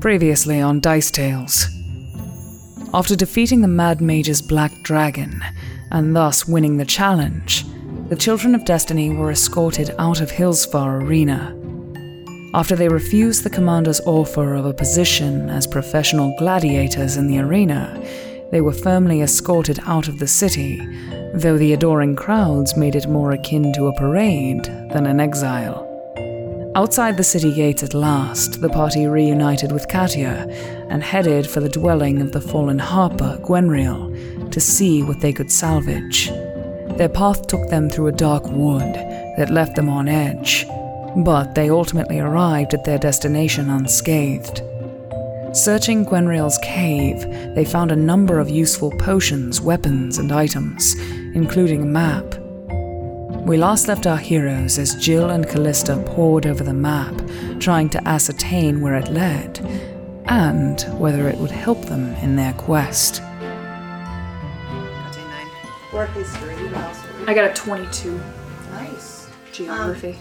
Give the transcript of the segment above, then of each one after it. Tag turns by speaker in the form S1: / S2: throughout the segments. S1: Previously on Dice Tales. After defeating the Mad Mage's Black Dragon, and thus winning the challenge, the Children of Destiny were escorted out of Hillsfar Arena. After they refused the commander's offer of a position as professional gladiators in the arena, they were firmly escorted out of the city, though the adoring crowds made it more akin to a parade than an exile. Outside the city gates at last, the party reunited with Katia and headed for the dwelling of the fallen harper, Gwenriel, to see what they could salvage. Their path took them through a dark wood that left them on edge, but they ultimately arrived at their destination unscathed. Searching Gwenriel's cave, they found a number of useful potions, weapons, and items, including a map. We last left our heroes as Jill and Callista pored over the map, trying to ascertain where it led and whether it would help them in their quest.
S2: Work history, what else? would we-
S3: I got a 22
S2: Nice.
S3: geography.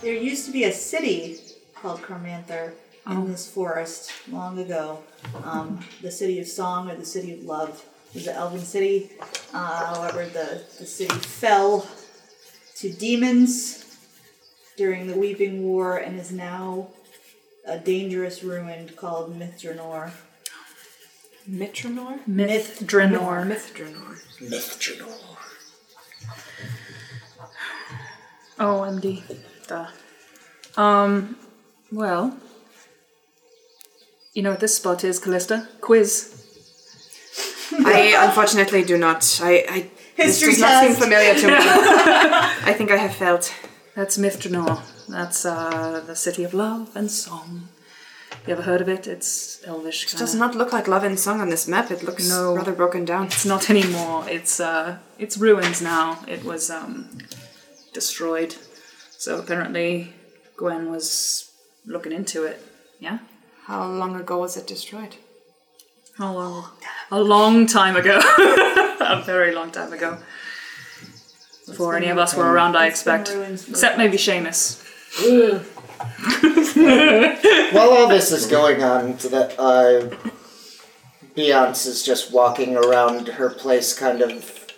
S2: There used to be a city called Carmanther in this forest long ago. Um, the city of song or the city of love was the elven city. Uh, however, the, the city fell to demons during the Weeping War and is now a dangerous ruin called Mithranor.
S4: Mitronor?
S3: Myth Drenor.
S4: Mithdrenor.
S5: Methadone.
S3: OMD. Duh. Um, well. You know what this spot is, Callista? Quiz.
S4: I unfortunately do not. I, I
S2: History
S4: this does not seem
S2: test.
S4: familiar to me. I think I have felt.
S3: That's Mithranor. That's uh, the city of love and song. You ever heard of it? It's elvish.
S4: It
S3: Kinda.
S4: does not look like love and song on this map. It looks
S3: No.
S4: rather broken down.
S3: It's not anymore. It's uh, it's ruins now. It was um, destroyed. So apparently, Gwen was looking into it. Yeah.
S4: How long ago was it destroyed?
S3: How long? A long time ago. a very long time ago. Before any of us were around, I expect.
S2: ruins for-
S3: Except maybe Seamus.
S6: While all this is going on, so that uh, Beyonce is just walking around her place, kind of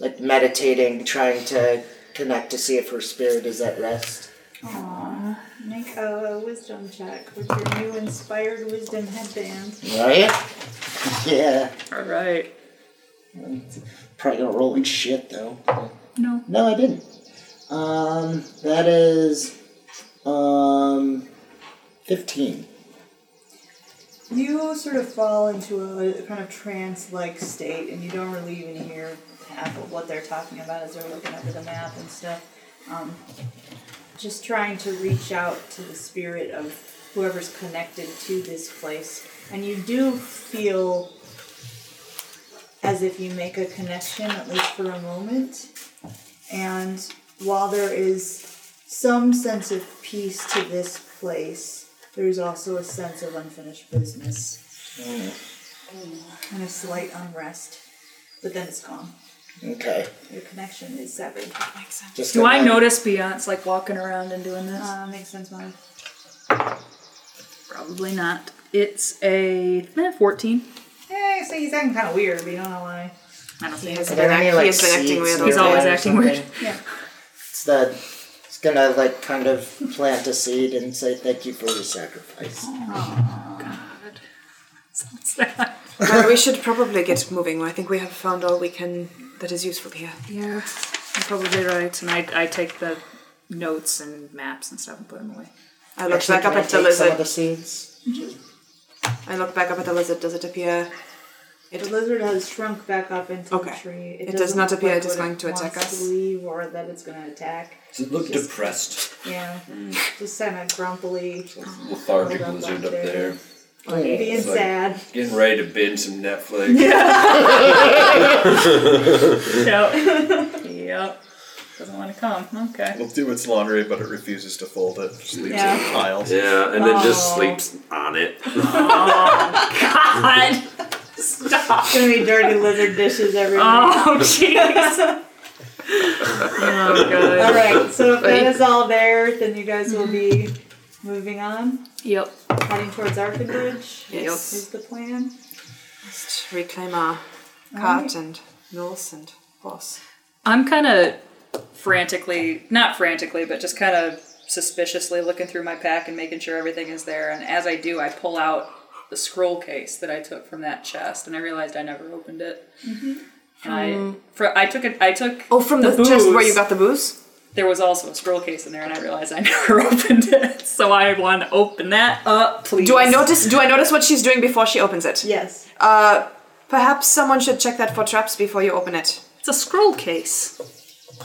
S6: like meditating, trying to connect to see if her spirit is at rest.
S2: Make a wisdom check with your new inspired wisdom headband.
S6: Right? Yeah.
S3: All right.
S6: Probably gonna roll like shit though.
S3: No.
S6: No, I didn't. Um, that is um fifteen.
S2: You sort of fall into a kind of trance like state, and you don't really even hear half of what they're talking about as they're looking over the map and stuff. Um, just trying to reach out to the spirit of whoever's connected to this place. And you do feel as if you make a connection, at least for a moment. And while there is some sense of peace to this place, there's also a sense of unfinished business
S6: Mm.
S2: and a slight unrest. But then it's gone.
S6: Okay.
S2: Your connection is severed.
S6: Just
S3: Do
S6: go
S3: I
S6: down.
S3: notice Beyonce like walking around and doing this?
S2: Uh, makes sense, Molly.
S3: Probably not. It's a eh, 14.
S2: Hey, so he's acting kind of weird, but you don't know why.
S3: I don't
S4: He
S3: think
S4: has
S6: Are
S4: been,
S6: there
S4: act-
S6: any,
S4: he
S6: like,
S4: has been acting
S6: seeds
S4: weird.
S6: in
S4: all
S3: He's
S6: your
S4: day.
S3: always
S6: bag or
S3: acting weird.
S6: something?
S2: Yeah.
S6: It's the it's gonna like kind of plant a seed and say thank you for your sacrifice.
S3: it's that.
S4: Oh, Well, we should probably get moving. I think we have found all we can that is useful here.
S3: Yeah, you're probably right. And I, I take the notes and maps and stuff and put them away.
S4: I look
S6: Actually,
S4: back up
S6: can I
S4: at the
S6: take some
S4: lizard.
S6: of the seeds.
S4: I look back up at the lizard. Does it appear?
S2: The lizard has shrunk back up into the
S4: Okay.
S2: tree.
S4: It does
S2: doesn't
S4: not
S2: look
S4: appear
S2: like
S4: it is
S2: what
S4: going to attack
S2: wants
S4: us.
S2: To leave or that it's going to attack.
S5: Does it look depressed?
S2: Yeah. Just kind of grumpily,
S5: Lethargic
S2: Hold up
S5: lizard
S2: up
S5: up
S2: there. Oh,
S5: there.
S2: being
S5: like-
S2: sad.
S5: Getting ready to binge some Netflix.
S3: Yep. yep. Doesn't want to come. Okay.
S7: It'll do its laundry, but it refuses to fold it. Just leaves it
S2: Yeah.
S7: in piles.
S8: Yeah, and then just
S2: Oh.
S8: sleeps on it.
S3: God. Stop.
S2: It's going to be dirty lizard dishes everywhere.
S3: Oh, jeez. oh, God.
S2: All right, so if that is all there, then you guys will be Moving on,
S3: Mm-hmm. Yep.
S2: heading towards Arkenbridge.
S3: Yes.
S2: Is the plan.
S4: Just reclaim our cart and horse and horse.
S3: I'm kind of frantically, not frantically, but just kind of suspiciously looking through my pack and making sure everything is there. And as I do, I pull out the scroll case that I took from that chest, and I realized I never opened it. And I, for, I took it. I took.
S4: Oh, from the,
S3: booze.
S4: chest where you got the booze?
S3: There was also a scroll case in there, and I realized I never opened it. So I want to open that up, please.
S4: Do I notice do I notice what she's doing before she opens it?
S2: Yes.
S4: Uh perhaps someone should check that for traps before you open it.
S3: It's a scroll case.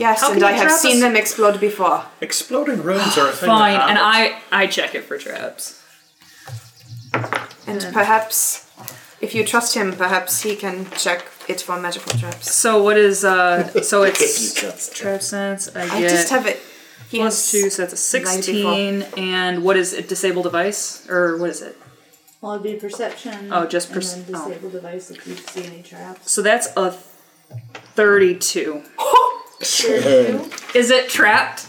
S4: Yes,
S3: How
S4: and
S3: can
S4: I
S3: you
S4: have
S3: trap
S4: seen
S3: us?
S4: them explode before.
S7: Exploding rooms are a thing.
S3: Fine,
S7: that
S3: and
S7: happens.
S3: I I check it for traps.
S4: And
S3: Uh.
S4: perhaps if you trust him, perhaps he can check it for magical traps.
S3: So what is uh? So it's
S9: You just-
S3: trap sense. I,
S4: I
S3: get
S4: just have it. He
S3: plus
S4: has-
S3: two, so that's a sixteen.
S4: 94.
S3: And what is it? Disable device or what is it?
S2: Well, it'd be perception.
S3: Oh, just
S2: Mm-hmm. and
S3: perce-
S2: then
S3: oh.
S2: disable device if you see any traps.
S3: So that's a thirty-two. Is it trapped?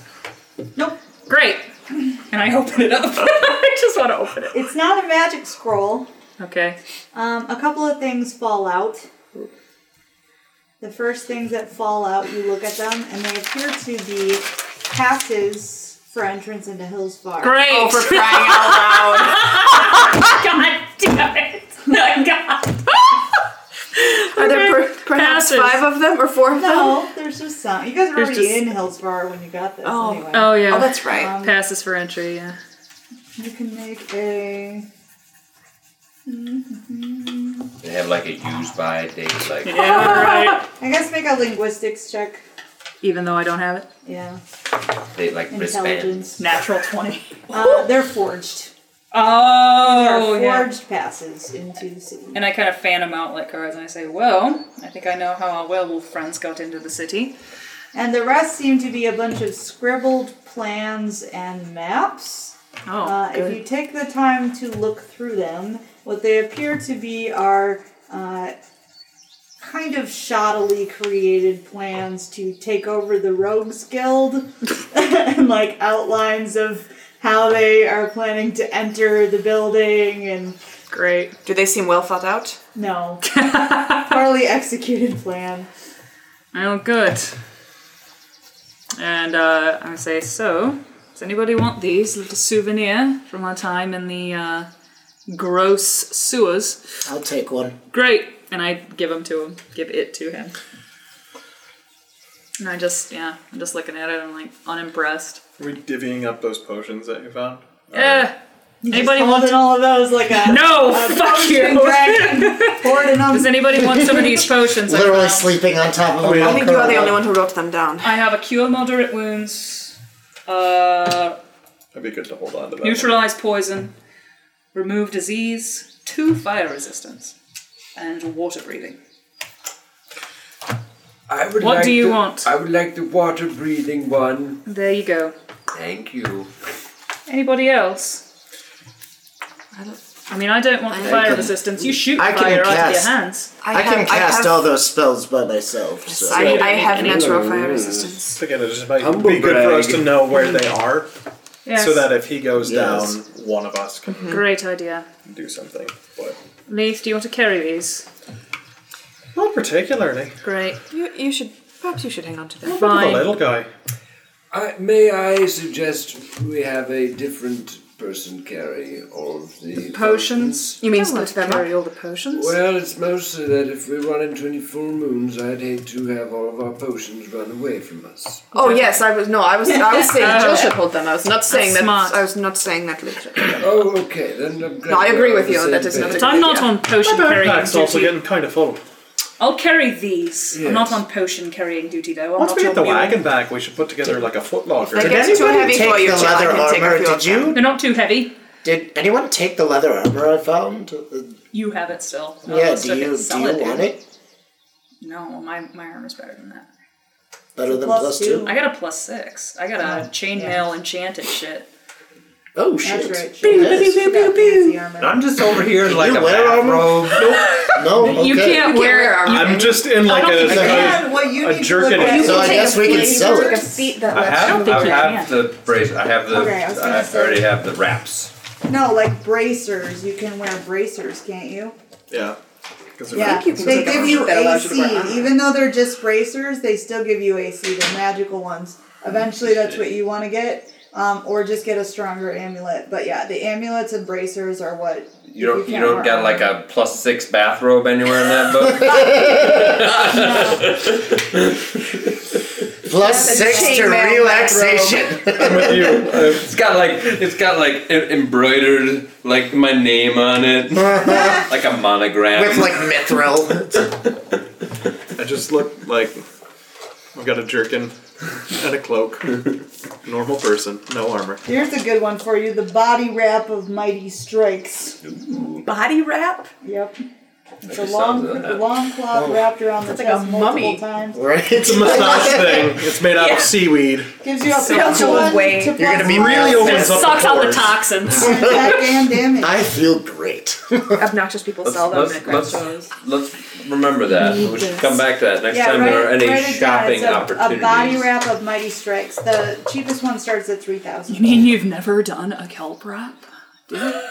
S2: Nope.
S3: Great. And I open it up. I just want to open it.
S2: It's not a magic scroll.
S3: Okay.
S2: Um, a couple of things fall out. The first things that fall out, you look at them, and they appear to be passes for entrance into Hillsbar.
S3: Great.
S4: Oh, for crying out loud.
S3: God damn it! Oh My God.
S4: Are there
S3: Okay.
S4: per- perhaps
S3: Passes.
S4: five of them or four of them?
S2: No, Oh, there's just some. You guys were
S3: There's
S2: already
S3: just-
S2: in Hillsbar when you got this,
S4: Oh.
S2: anyway.
S3: Oh yeah.
S4: Oh, that's right.
S2: Um,
S3: passes for entry. Yeah.
S2: You can make a.
S10: They have like a use by date, like
S3: Yeah. Right.
S2: I guess make a linguistics check.
S3: Even though I don't have it.
S2: Yeah.
S10: they like wristbands.
S2: Intelligence.
S3: Natural twenty.
S2: Uh, they're forged. They're
S3: Oh yeah.
S2: forged passes into the city.
S3: And I kind of fan them out like cards, and I say, "Well, I think I know how our werewolf friends got into the city."
S2: And the rest seem to be a bunch of scribbled plans and maps.
S3: Oh,
S2: Uh, if you take the time to look through them, what they appear to be are uh, kind of shoddily created plans to take over the Rogues Guild, and like outlines of how they are planning to enter the building and
S3: great.
S4: Do they seem well thought out?
S2: no, poorly executed plan.
S3: Oh, good. And uh, I say, "So, does anybody want these little souvenir from our time in the uh, gross sewers?"
S9: I'll take one.
S3: Great. And I give them to him. Give it to him. And I just, yeah, I'm just looking at it. I'm like unimpressed.
S7: Are we divvying up those potions that you found?
S3: Eh. Anybody want?
S2: Holding all of those like a
S3: No,
S2: a
S3: fuck
S2: potion
S3: you.
S2: dragon, hoarding them.
S3: Does anybody want some of these potions? I
S9: Literally
S3: found?
S9: sleeping on top of a
S7: yeah.
S4: I think you are the only one who wrote them down.
S3: I have a cure moderate wounds, uh,
S7: That'd be good to hold on to that. one.
S3: neutralize poison, remove disease, two fire resistance, and water breathing.
S10: I would
S3: What
S10: like
S3: do you
S10: the-
S3: want?
S10: I would like the water breathing one.
S3: There you go.
S10: Thank you.
S3: Anybody else? I mean, I don't want the fire
S9: can-
S3: resistance. You shoot
S9: I can
S3: fire out of your
S9: cast.
S3: hands.
S9: I, can
S4: have-
S9: cast
S4: have-
S9: all those spells by myself. So.
S4: I, I have natural fire resistance.
S7: Again, it just might
S10: Humble
S7: be good for us
S10: brag.
S7: to know where they are,
S3: Yes.
S7: so that if he goes
S9: Yes.
S7: down, one of us can
S3: Great idea.
S7: do something. But
S3: Leaf, do you want to carry these?
S7: not particularly.
S3: Great.
S4: You, you should perhaps you should hang on to them.
S7: The
S3: Fine.
S7: little guy.
S10: I, may I suggest we have a different person carry all of the
S3: Potions.
S4: You mean
S3: I won't
S4: split them
S3: carry
S4: up?
S3: all the potions?
S10: Well, it's mostly that if we run into any full moons, I'd hate to have all of our potions run away from us.
S4: Oh yes, I was no, I was I was saying Jill should hold them. I was not saying that.
S3: Uh, smart.
S4: I was not saying that literally.
S10: Oh, okay, then I'm glad.
S4: No, I
S10: we're
S4: agree
S10: on
S4: with
S10: the
S4: you,
S10: same
S4: that is not a-
S10: page.
S3: But I'm not on potion carrying
S7: Backpack's also
S3: duty.
S7: getting kind of full.
S3: I'll carry these. I'm
S10: Yes.
S3: not on potion carrying duty though. I'm
S7: Once
S3: not
S7: we
S3: your
S7: get the
S3: mule.
S7: wagon back, we should put together like a footlocker.
S4: They
S9: Did
S4: get too heavy
S9: anybody take
S4: for you,
S9: the
S4: Jill. I
S9: leather
S4: can take a
S9: armor?
S4: few of
S9: Did you?
S3: They're not too heavy.
S9: Did anyone take the leather armor I found? Uh,
S3: You have it still. I
S9: yeah.
S3: almost
S9: Do
S3: took
S9: you
S3: it.
S9: do
S3: Sell
S9: you
S3: dude.
S9: want it?
S3: No, my my armor's better than that.
S9: Better than
S2: Plus
S9: plus
S2: two.
S9: two. Oh.
S3: I got a plus six. I got a chainmail enchanted shit.
S8: Oh
S2: That's
S8: shit!
S2: right. She has
S9: Yes.
S2: that fancy armor.
S5: I'm just over here in like
S9: you
S5: a
S9: wear armor?
S5: bathrobe.
S9: No, okay.
S4: You can't wear armor.
S7: I'm just in like a.
S9: think so.
S7: a-
S2: Yeah, what you
S7: a
S2: need to
S7: jerk
S2: look
S7: in
S2: at
S7: it.
S2: is
S9: So I
S2: like
S9: guess
S2: a
S9: we can
S2: plate
S9: sell
S2: or a
S9: it.
S2: seat that
S5: I
S2: lets you-
S5: have, I
S3: think you
S5: have
S3: can.
S5: the brace. I have the.
S2: Okay, I was gonna
S5: I
S2: say-
S5: already have the wraps.
S2: No, like bracers. You can wear bracers, can't you?
S7: Yeah. 'Cause they're
S2: Yeah,
S7: not-
S2: they give you
S4: that
S2: a
S4: allows you to wear armor.
S2: seed. Even though they're just bracers, they still give you a seed. They're magical ones. Eventually, that's what you want to get, um, or just get a stronger amulet. But yeah, the amulets and bracers are what
S5: You don't. You,
S2: can't
S5: don't
S2: wear
S5: got like a plus six bathrobe anywhere in that book.
S9: Plus six to
S4: chainmail
S9: relaxation.
S7: I'm with you. Uh,
S5: it's got like it's got like em- embroidered like my name on it, like a monogram.
S9: With like mithril.
S7: I just look like I've got a jerkin and a cloak. Normal person, no armor.
S2: Here's a good one for you: the body wrap of mighty strikes.
S4: Body wrap?
S2: Yep, it's a
S5: Actually
S2: long,
S5: sounds like Oh.
S2: long cloth wrapped around the
S4: like a
S2: chest multiple
S4: mummy.
S2: times.
S9: Right?
S7: It's a massage thing. It's made out of seaweed.
S2: Gives you a
S4: So
S2: plus
S4: cool.
S2: one
S4: Wait.
S2: to
S9: You're
S2: plus
S9: gonna be
S2: one
S9: really
S7: It
S9: over.
S7: opens up
S3: Sucks out the
S7: pores.
S3: toxins.
S2: to attack and damage.
S9: I feel great.
S4: Obnoxious people sell them at craft
S5: let's,
S4: shows.
S5: let's, let's remember that. We should come back to that next time there are
S2: write-
S5: any
S2: write it down.
S5: shopping
S2: It's uh, a,
S5: opportunities.
S2: A body wrap of Mighty Strikes. The cheapest one starts at three
S3: You
S2: thousand.
S3: mean you've never done a kelp wrap?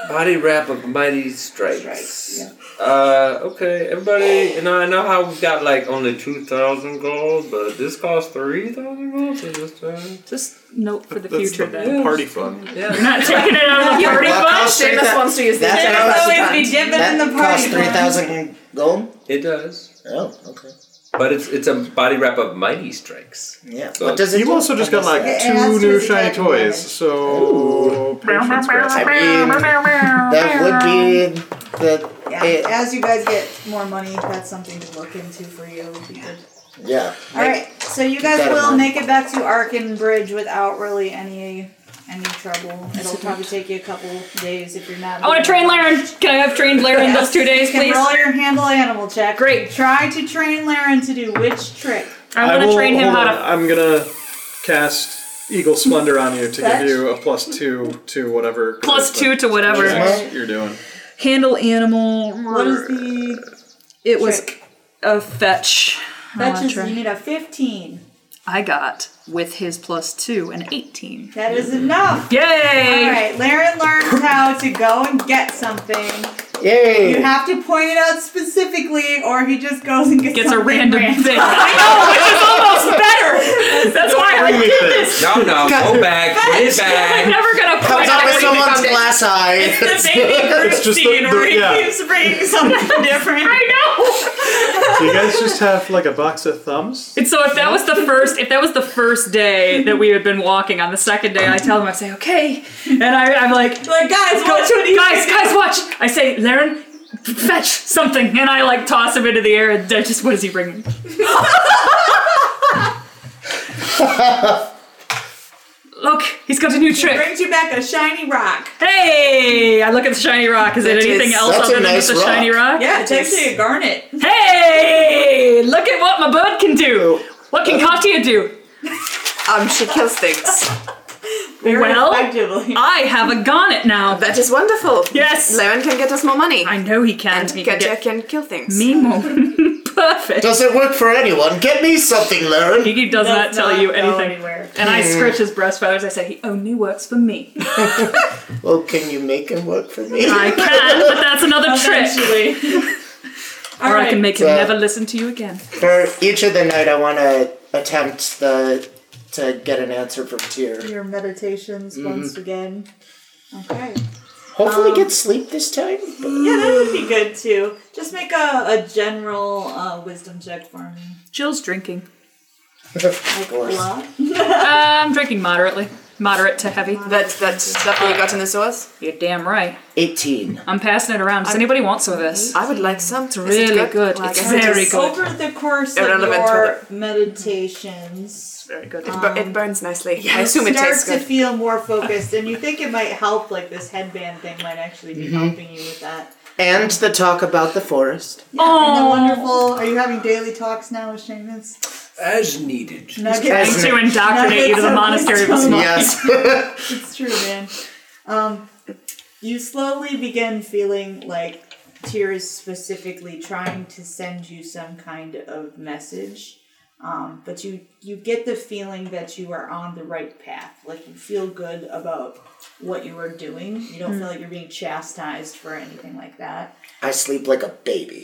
S5: Body wrap of mighty strikes.
S2: Strikes,
S5: Uh, okay, everybody. You know, I know how we got like only two thousand gold, but this costs three thousand gold. So just uh,
S3: Just note for the
S7: That's
S3: future then.
S7: the party fund.
S3: You're not taking it out of the party
S9: That
S3: book.
S9: costs
S4: Seamus
S9: 3,000
S4: wants to use
S9: That's
S4: these.
S9: how it's
S2: always
S9: done.
S2: be dipping in the
S9: That
S2: party.
S9: costs 3,000 gold?
S5: it does.
S9: Oh, okay.
S5: But it's it's a body wrap of mighty strikes.
S9: Yeah.
S5: So-
S9: what does it
S7: You've
S9: do?
S7: also just got like
S2: It
S7: two
S2: adds to
S7: new
S2: the
S7: shiny
S2: attack
S7: toys,
S2: damage.
S7: so patience,
S9: I
S7: grass.
S9: mean, that would be the.
S2: Yeah.
S9: it-
S2: As you guys get more money, that's something to look into for you. It would be good.
S9: yeah.
S2: All right. So you
S9: that
S2: guys
S9: in
S2: will
S9: mind.
S2: make it back to Arkin Bridge without really any any trouble. It'll probably take you a couple days if you're not.
S3: I want to train Laren. Can I have trained Laren those two days,
S2: You can
S3: please?
S2: roll your handle animal check.
S3: Great.
S2: Try to train Laren to do which trick?
S3: I want
S7: will-
S3: to train him
S7: hold
S3: how
S7: on,
S3: to.
S7: I'm gonna cast Eagle Splendor on you to
S2: Fetch?
S7: give you a plus two to whatever.
S3: Plus
S7: charisma
S3: two to whatever.
S7: checks You're doing.
S3: Handle animal.
S2: What is the
S3: It was
S2: trick?
S3: a fetch. I
S2: That's
S3: wanna
S2: just
S3: try.
S2: you need a fifteen.
S3: I got with his plus two an eighteen.
S2: That is enough. All
S3: Yay!
S2: right, Laren learns how to go and get something. You
S9: Yay!
S2: have to point it out specifically, or he just goes and gets,
S3: Gets a
S2: something
S3: random thing. I know, which is almost better. That's why I did this.
S5: No, no, go back, put it
S3: I'm
S5: back.
S3: never gonna point
S9: Comes up
S3: out
S9: with someone's
S3: anything.
S9: glass eye.
S3: It's the baby
S7: It's just the-
S3: Christine
S7: the-
S3: where he
S7: yeah.
S3: keeps bringing something different. I know.
S7: Do you guys just have like a box of thumbs?
S3: And so if that was the first, if that was the first day that we had been walking, on the second day, I tell him, I say, okay, and I, I'm like,
S2: Like guys,
S3: Go
S2: what
S3: to
S2: should
S3: an guys, guys, watch! I say, Laren, fetch something, and I like toss him into the air. And I just, what is he bringing? Look, he's got a new trick.
S2: brings you back a shiny rock?
S3: Hey, I look at the shiny rock. Is it
S4: That
S3: anything
S4: is-
S3: else
S9: that's a
S3: other than
S9: nice
S3: just a shiny rock?
S2: Yeah, it's actually a garnet.
S3: Hey, look at what my bird can do. What can Katya do?
S4: Um, she kills things.
S2: Very
S3: Well,
S2: effectively.
S3: I have a garnet now.
S4: That is wonderful.
S3: Yes.
S4: Laren can get us more money.
S3: I know he can.
S4: and
S3: He can
S4: Katja
S3: get
S4: can kill things.
S3: me more. Perfect.
S9: Does it work for anyone? Get me something, Lauren. Hmm.
S3: He does, not
S2: Does
S3: tell
S2: not
S3: you
S2: go
S3: anything.
S2: anywhere.
S3: And I scratch his breast feathers. I said, he only works for me.
S9: Well, Oh, can you make him work for me?
S3: I can, but that's another trick.
S2: Eventually.
S3: Or I can make him
S9: So-
S3: never listen to you again.
S9: For each of the night, I want to attempt the to get an answer from Tyr.
S2: Your meditations once again. Okay.
S9: Hopefully,
S2: Um,
S9: get sleep this time.
S2: Yeah, that would be good too. Just make a, a general uh, wisdom check for me.
S3: Jill's drinking.
S9: of course.
S2: Blah.
S3: Uh, I'm drinking moderately. Moderate to heavy.
S4: That, that stuff we got in the source?
S3: You're damn right.
S9: 18.
S3: I'm passing it around. Does anybody want some of this?
S4: I would like some. It's
S3: Really good. It's very good.
S2: Over the course
S4: Irrelevant
S2: of your
S4: toilet.
S2: meditations, um,
S3: Very good.
S4: It, bu- it burns nicely. I
S2: you
S4: assume it
S2: start
S4: tastes
S2: to
S4: good.
S2: feel more focused, and you think it might help. Like this headband thing might actually be
S4: Mm-hmm.
S2: helping you with that.
S9: And the talk about the forest.
S2: Yeah, and the wonderful. Are you having daily talks now with Seamus?
S10: As needed.
S2: Nuggets.
S3: To indoctrinate you to the monastery of
S2: Nuggets.
S3: small.
S9: Yes.
S2: It's true, man. Um, you slowly begin feeling like Tyr is specifically trying to send you some kind of message. Um, but you, you get the feeling that you are on the right path. Like you feel good about what you are doing. You
S3: Hmm.
S2: don't feel like you're being chastised for anything like that.
S9: I sleep like a baby.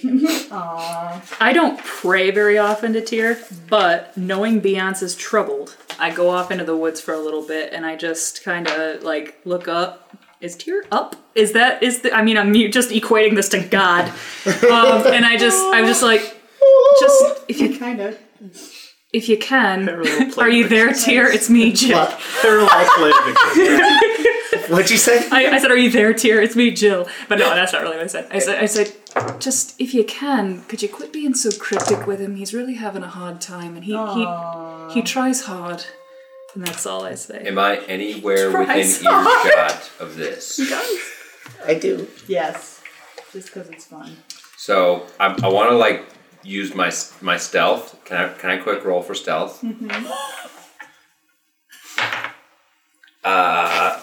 S3: I don't pray very often to Tyr, but knowing Beyonce is troubled, I go off into the woods for a little bit and I just kind of like look up. Is Tyr up? Is that is the? I mean, I'm just equating this to God, um, and I just I'm just like, just if you
S2: Kind of.
S3: if you can,
S7: Parallel plate
S3: are you there, Tyr? It's me, Jill.
S9: What?
S7: Parallel plate.
S9: What'd you say?
S3: I, I said, are you there, Tyr? It's me, Jill. But no, that's not really what I said. I said, I said, just if you can, could you quit being so cryptic with him? He's really having a hard time, and he he he tries hard, and that's oh, all I say.
S5: Am I anywhere
S3: Christ.
S5: within earshot of this?
S9: I do.
S2: Yes. Just because it's fun.
S5: So I, I want to like use my my stealth. Can I can I quick roll for stealth?
S2: Mm-hmm.
S5: Uh,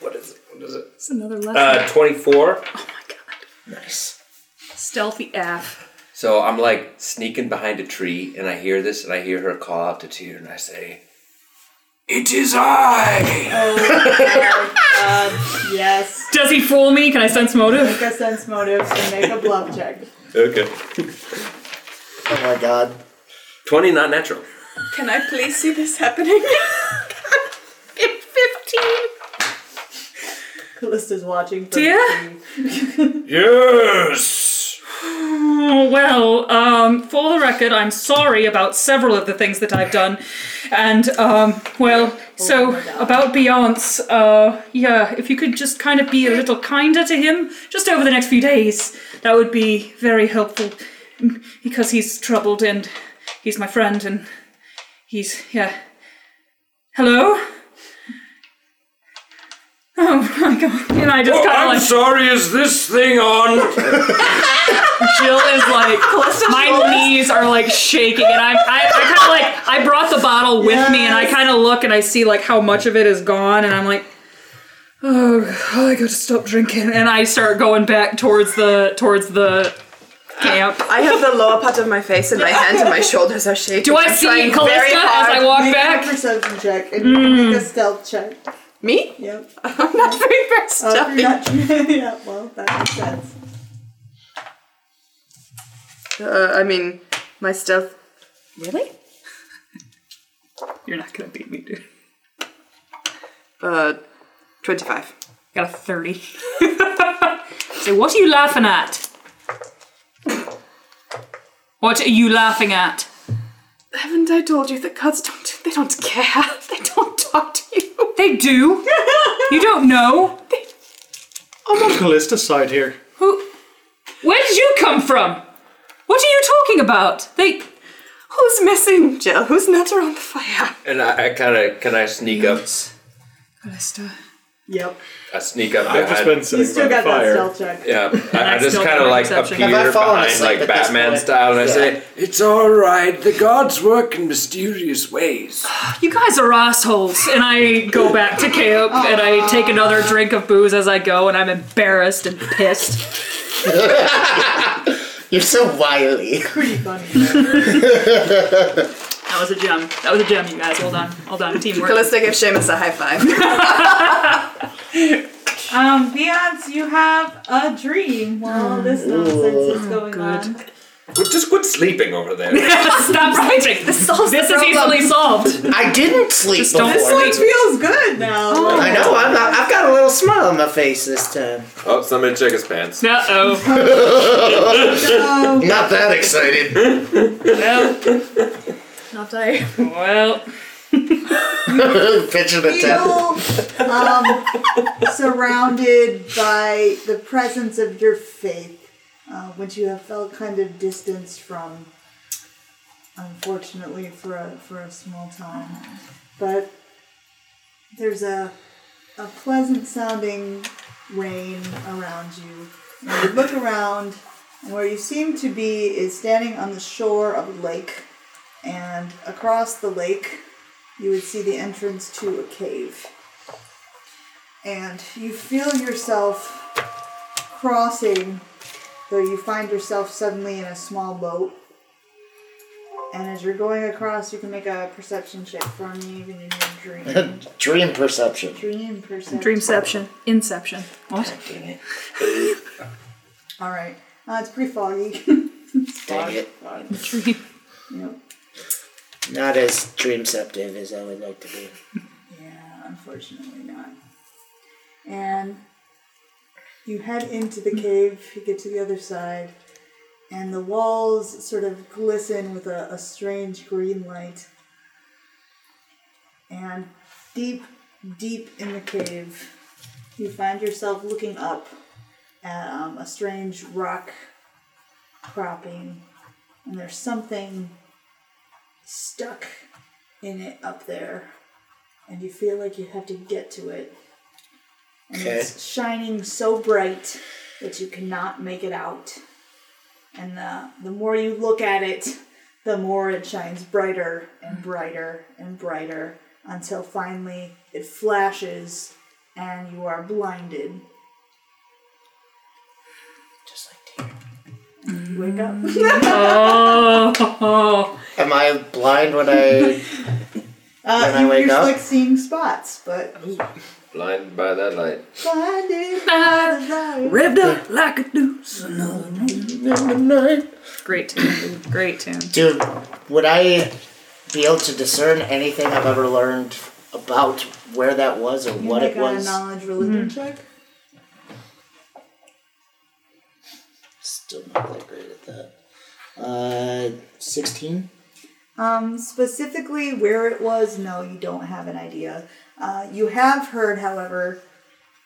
S5: what is it? What is it?
S3: It's another Oh lesson.
S5: Uh, twenty four.
S9: Nice.
S3: Stealthy af.
S5: So I'm like sneaking behind a tree, and I hear this, and I hear her call out to Tyr, and I say, "It is I."
S2: Oh Yes.
S3: Does he fool me? Can I sense motive?
S2: Make a sense motive and make a bluff check.
S5: Okay.
S9: Oh my god.
S5: Twenty, not natural.
S8: Can I please see this happening? It's 15.
S2: Callista's watching. From
S3: Yeah?
S2: the
S5: Yes.
S3: Oh, well, um, for the record, I'm sorry about several of the things that I've done. And, um, well, so about Beyonce, uh, yeah, if you could just kind of be a little kinder to him just over the next few days, that would be very helpful. Mm, Because he's troubled and he's my friend and he's, yeah. Hello? Oh my god. And I
S10: Oh,
S3: just kind of
S5: Oh, I'm
S3: like.
S5: sorry. Is this thing on?
S3: Jill is like, my knees are like shaking, and I'm, I, I kind of like, I brought the bottle with me, and I kind of look and I see like how much of it is gone, and I'm like, oh, I gotta stop drinking, and I start going back towards the towards the camp.
S4: I have the lower part of my face and my hands and my shoulders are shaking.
S3: Do I
S4: I'm
S3: see
S4: trying
S3: Callista
S4: very
S3: as I
S4: hard.
S3: walk
S2: Make a
S3: back? Hmm.
S2: perception check and make a stealth check.
S4: Me?
S2: Yep.
S4: I'm not very versed.
S2: Oh, if you're not- yeah, well, that makes sense.
S4: Uh, I mean, my stealth. Really?
S3: You're not gonna beat me, dude.
S4: Uh, 25.
S3: I got a thirty. so what are you laughing at? What are you laughing at?
S4: Haven't I told you that gods don't, they don't care. They don't talk to you.
S3: They do. you don't know.
S7: Callista side here.
S3: Who? Where did you come from? What are you talking about? They.
S4: Who's missing, Jill? Whose nuts are on the fire?
S5: And I, I kind of can I sneak up?
S3: Callista.
S2: Yep.
S5: I sneak up.
S7: I've just
S5: behind-
S7: been
S2: You
S7: sitting
S2: still
S7: by
S2: got
S7: the fire.
S2: that stealth check.
S5: Yeah, I, I
S3: I
S5: just
S3: still
S5: kind
S3: got
S5: of
S3: my
S5: like
S3: perception.
S9: Have I
S5: appear
S9: fallen
S5: behind
S9: asleep
S5: like
S9: at this
S5: Batman
S9: point?
S5: style, and I
S9: Yeah.
S5: say,
S10: It's all right. The gods work in mysterious ways.
S3: You guys are assholes. And I go back to camp and I take another drink of booze as I go, and I'm embarrassed and pissed.
S9: You're so wily.
S2: Pretty funny. though.
S3: That was a gem. That was a gem, you guys. Well done. Well done. Teamwork.
S4: Callista give Seamus a high five.
S2: um, Beyonce, you have a dream while this nonsense is going on.
S5: "Well, just quit sleeping over there.
S3: Stop writing. This, this is easily solved.
S9: I didn't sleep
S3: Just
S9: before.
S3: don't sleep.
S2: Feels good now.
S9: I know. I'm, I've got a little smile on my face this time.
S5: oh, somebody check his pants.
S3: Uh oh.
S9: Not that excited.
S3: Well. Not I. Well.
S9: Picture the tent.
S2: feel um, surrounded by the presence of your faith, uh, which you have felt kind of distanced from, unfortunately, for a, for a small time. But there's a, a pleasant sounding rain around you. And you look around, and where you seem to be is standing on the shore of a lake. And across the lake, you would see the entrance to a cave. and you feel yourself crossing, though you find yourself suddenly in a small boat. And as you're going across, you can make a perception check for me, even in your dream.
S6: Dream perception.
S2: dream perception.
S3: Dreamception. Inception. What?
S2: All right. Uh, it's pretty foggy.
S6: Dang it.
S2: Dream. Yep.
S6: Not as dreamceptive as I would like to be.
S2: Yeah, unfortunately not. And you head into the cave, you get to the other side, and the walls sort of glisten with a, a strange green light. And deep, deep in the cave, you find yourself looking up at um, a strange rock cropping, and there's something stuck in it up there, and you feel like you have to get to it. And it's shining so bright that you cannot make it out. And the, the more you look at it, the more it shines brighter and brighter and brighter until finally it flashes and you are blinded. Just like Wake up.
S3: oh.
S6: Am I blind when I
S2: Uh,
S6: When I
S2: you-
S6: wake
S2: you're
S6: up?
S2: like seeing spots, but
S3: Uh,
S5: Blinded by that light.
S2: blinded by the light.
S3: Revved up like a deuce. Great tune. Great tune.
S6: Dude, would I be able to discern anything I've ever learned about where that was or
S2: You
S6: what
S2: make
S6: it
S2: a
S6: was?
S2: knowledge
S3: Mm-hmm.
S2: religion check.
S6: Still not that great at that. Uh, 16?
S2: Um, specifically where it was, no, you don't have an idea. Uh, you have heard, however,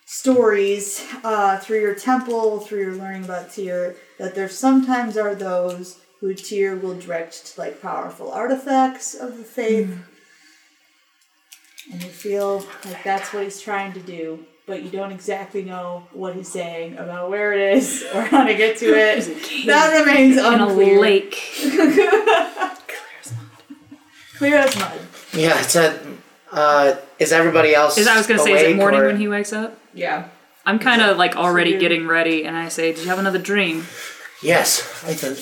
S2: stories uh, through your temple, through your learning about Tyr, that there sometimes are those who Tyr will direct to like powerful artifacts of the faith. And you feel like that's what he's trying to do, but you don't exactly know what he's saying about where it is or how to get to it. That remains
S3: In a
S2: unclear.
S3: lake.
S2: Clear as mud.
S6: Yeah, it's a. Uh, is everybody else.
S3: Is I was gonna say, is it
S6: awake,
S3: morning
S6: or-
S3: when he wakes up?
S2: Yeah.
S3: I'm kind of like already
S2: you're-
S3: getting ready, and I say, "Did you have another dream?
S6: Yes, I think.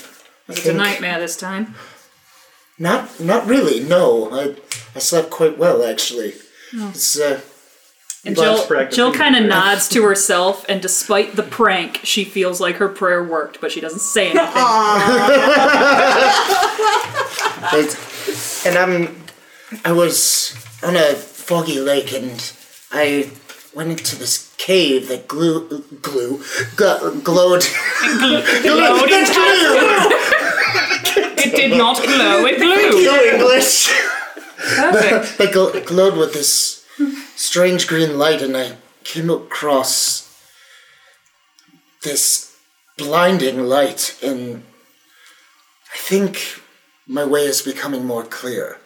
S6: I
S3: It's a
S6: think
S3: nightmare this time."
S6: Not, not really. No, I, I slept quite well actually.
S3: Oh.
S6: It's uh,
S3: And
S6: but-
S3: Jill, Jill kind of nods to herself, and despite the prank, she feels like her prayer worked, but she doesn't say anything.
S6: It's- and I'm, I was on a foggy lake, and I went into this cave that glue, glue, gl- glowed.
S3: glowed in
S6: That's glue.
S3: it did not glow; it
S6: No
S3: blew.
S6: English.
S3: Perfect.
S6: That gl- glowed with this strange green light, and I came across this blinding light, and I think my way is becoming more clear.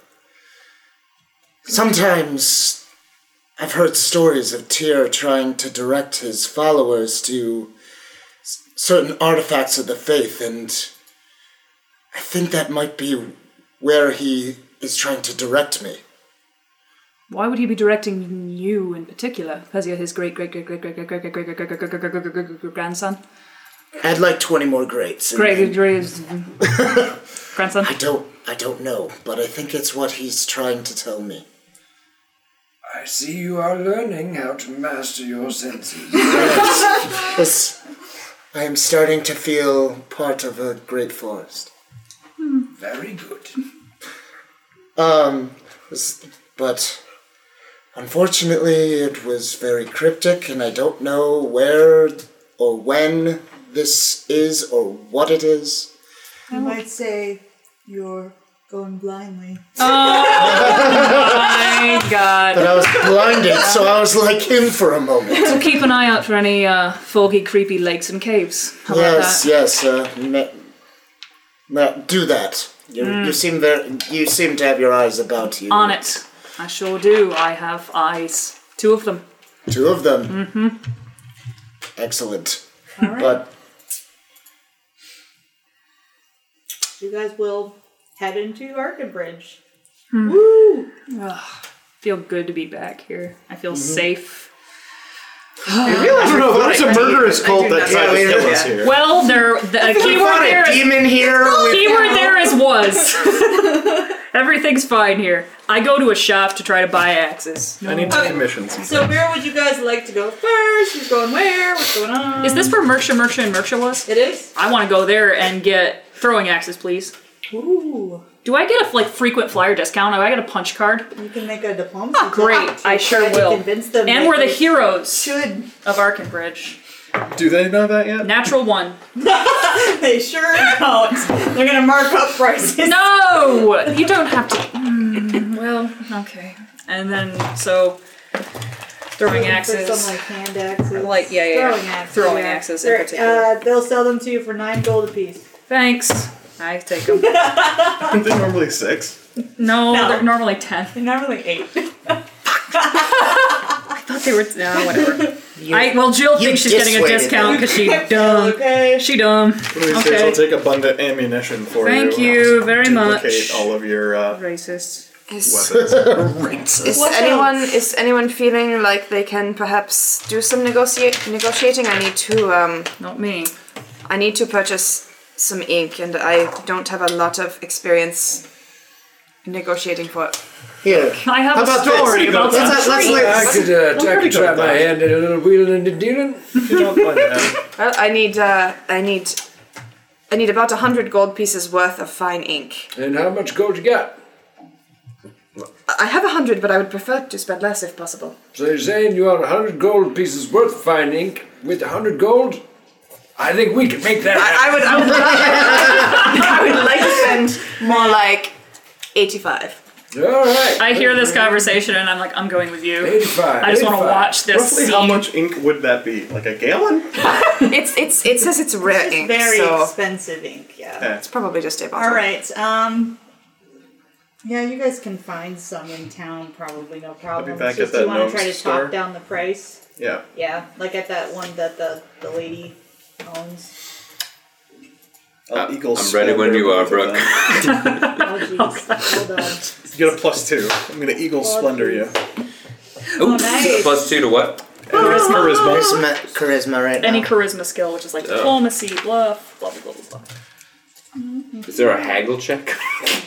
S6: Sometimes I've heard stories of Tyr trying to direct his followers to s- certain artifacts of the faith, and I think that might be where he is trying to direct me.
S3: Why would he be directing you in particular? Because you're his great great great great great great great great great great great great great great great grandson.
S6: I'd like 20 more grades. and
S3: Great
S6: then-
S3: grandson.
S6: I don't I don't know, but I think it's what he's trying to tell me.
S11: I see you are learning how to master your senses.
S6: This I am starting to feel part of a great forest.
S11: Very good.
S6: Um this- but unfortunately it was very cryptic and I don't know where or when this is or what it is.
S2: You might say you're going blindly. Oh.
S3: My God.
S6: But I was blinded, so I was like in for a moment.
S3: So keep an eye out for any uh, foggy, creepy lakes and caves. How about
S6: yes,
S3: that?
S6: yes. Uh, ma- ma- do that. You, you
S2: Mm.
S6: seem very. You seem to have your eyes about you.
S3: On it. I sure do. I have eyes. Two of them.
S6: Two of them. Mm-hmm. Excellent.
S2: All right.
S6: But
S2: you guys will head into Arkenbridge.
S3: Feel good to be back here. I feel safe.
S9: You realize
S7: I don't know,
S9: we
S7: there's
S9: fought
S7: a murderous
S9: demon.
S7: cult that
S9: Yeah,
S7: tried to
S9: we-
S7: kill us here.
S3: Well, there the
S9: If we
S3: keyword
S9: fought a
S3: there is
S9: demon here. we-
S3: keyword there is was. Everything's fine here. I go to a shop to try to buy axes.
S7: I need some commissions.
S2: So where would you guys like to go first? Who's going where? What's going on?
S3: Is this where Merksha, Merksha, and Merksha was?
S2: It is.
S3: I want to go there and get throwing axes, please.
S2: Ooh.
S3: Do I get a like frequent flyer discount? Do I get a punch card? Ah,
S2: You can make a diplomacy. check
S3: Great,
S2: to
S3: I sure
S2: try to
S3: will.
S2: Convince them.
S3: And
S2: that
S3: we're the
S2: they
S3: heroes
S2: Should
S3: of Arkenbridge.
S7: Do they know that yet?
S3: Natural one.
S2: they sure don't? Oh, They're gonna mark up prices.
S3: No, you don't have to. Mm, well, okay. And then so throwing
S2: For
S3: axes.
S2: some like hand axes.
S3: Like, yeah, yeah, yeah.
S2: Throwing axes.
S3: Throwing
S2: yeah.
S3: axes in
S2: They're-
S3: particular.
S2: Uh, they'll sell them to you for nine gold apiece.
S3: Thanks. I take them.
S7: Aren't they normally six?
S3: No,
S2: No.
S3: they're normally ten.
S2: They're normally eight.
S3: I thought they were. No, whatever. I, well, Jill
S9: you
S3: thinks she's getting a
S9: dissuaded
S3: discount because she dumb.
S2: okay.
S3: She dumb.
S7: Please,
S3: Okay.
S7: I'll take abundant ammunition for
S3: Thank
S7: you.
S3: you very much.
S7: Duplicate all of your uh,
S3: Racist.
S4: Is,
S7: weapons.
S4: is
S2: What
S4: anyone is anyone feeling like they can perhaps do some negotiate negotiating? I need to um
S3: Not me.
S4: I need to purchase some ink, and I don't have a lot of experience negotiating for it.
S9: Here.
S3: I have
S9: How
S3: a
S9: about
S3: story
S9: this?
S3: about
S9: Let's
S3: some
S9: not- let's
S3: trees.
S9: not-
S10: I could uh, try,
S7: pretty
S10: to
S7: good
S10: try
S7: at
S10: my
S7: that.
S10: hand at a little wheeling and dealing.
S7: you don't mind that.
S4: Well, I need uh, I need I need about a hundred gold pieces worth of fine ink.
S10: And how much gold you got?
S4: I- I have a hundred, but I would prefer to spend less if possible.
S10: So you're saying you are 100 gold pieces worth of fine ink with 100 gold? I think we can make that happen.
S4: I would I would, I would like to spend more like eighty-five.
S10: All right.
S3: I hear this conversation and I'm like, I'm going with you.
S10: 85.
S3: I just want to
S10: 85.
S3: watch this
S7: Roughly how
S3: scene.
S7: much ink would that be? Like a gallon?
S4: It's it's it says it's rare ink,
S2: Very
S4: so
S2: expensive ink. Yeah.
S4: it's probably just a bottle.
S2: All right. Um. Yeah, you guys can find some in town. Probably no problem.
S7: back
S2: It's
S7: at
S2: just
S7: that
S2: you wanna
S7: gnome
S2: try to
S7: store.
S2: talk down the price.
S7: Yeah.
S2: Yeah, like at that one that the the lady owns.
S7: Uh, eagle
S5: I'm ready when you are, Brooke.
S2: Oh jeez. Hold on.
S7: You get a plus two. I'm gonna eagle splendor you.
S5: Oops.
S2: nice.
S5: Plus two to what?
S7: Charisma.
S9: Charisma, charisma right um, now.
S3: Any charisma skill, which is like diplomacy, bluff, blah blah blah blah. blah.
S5: Is there a haggle check?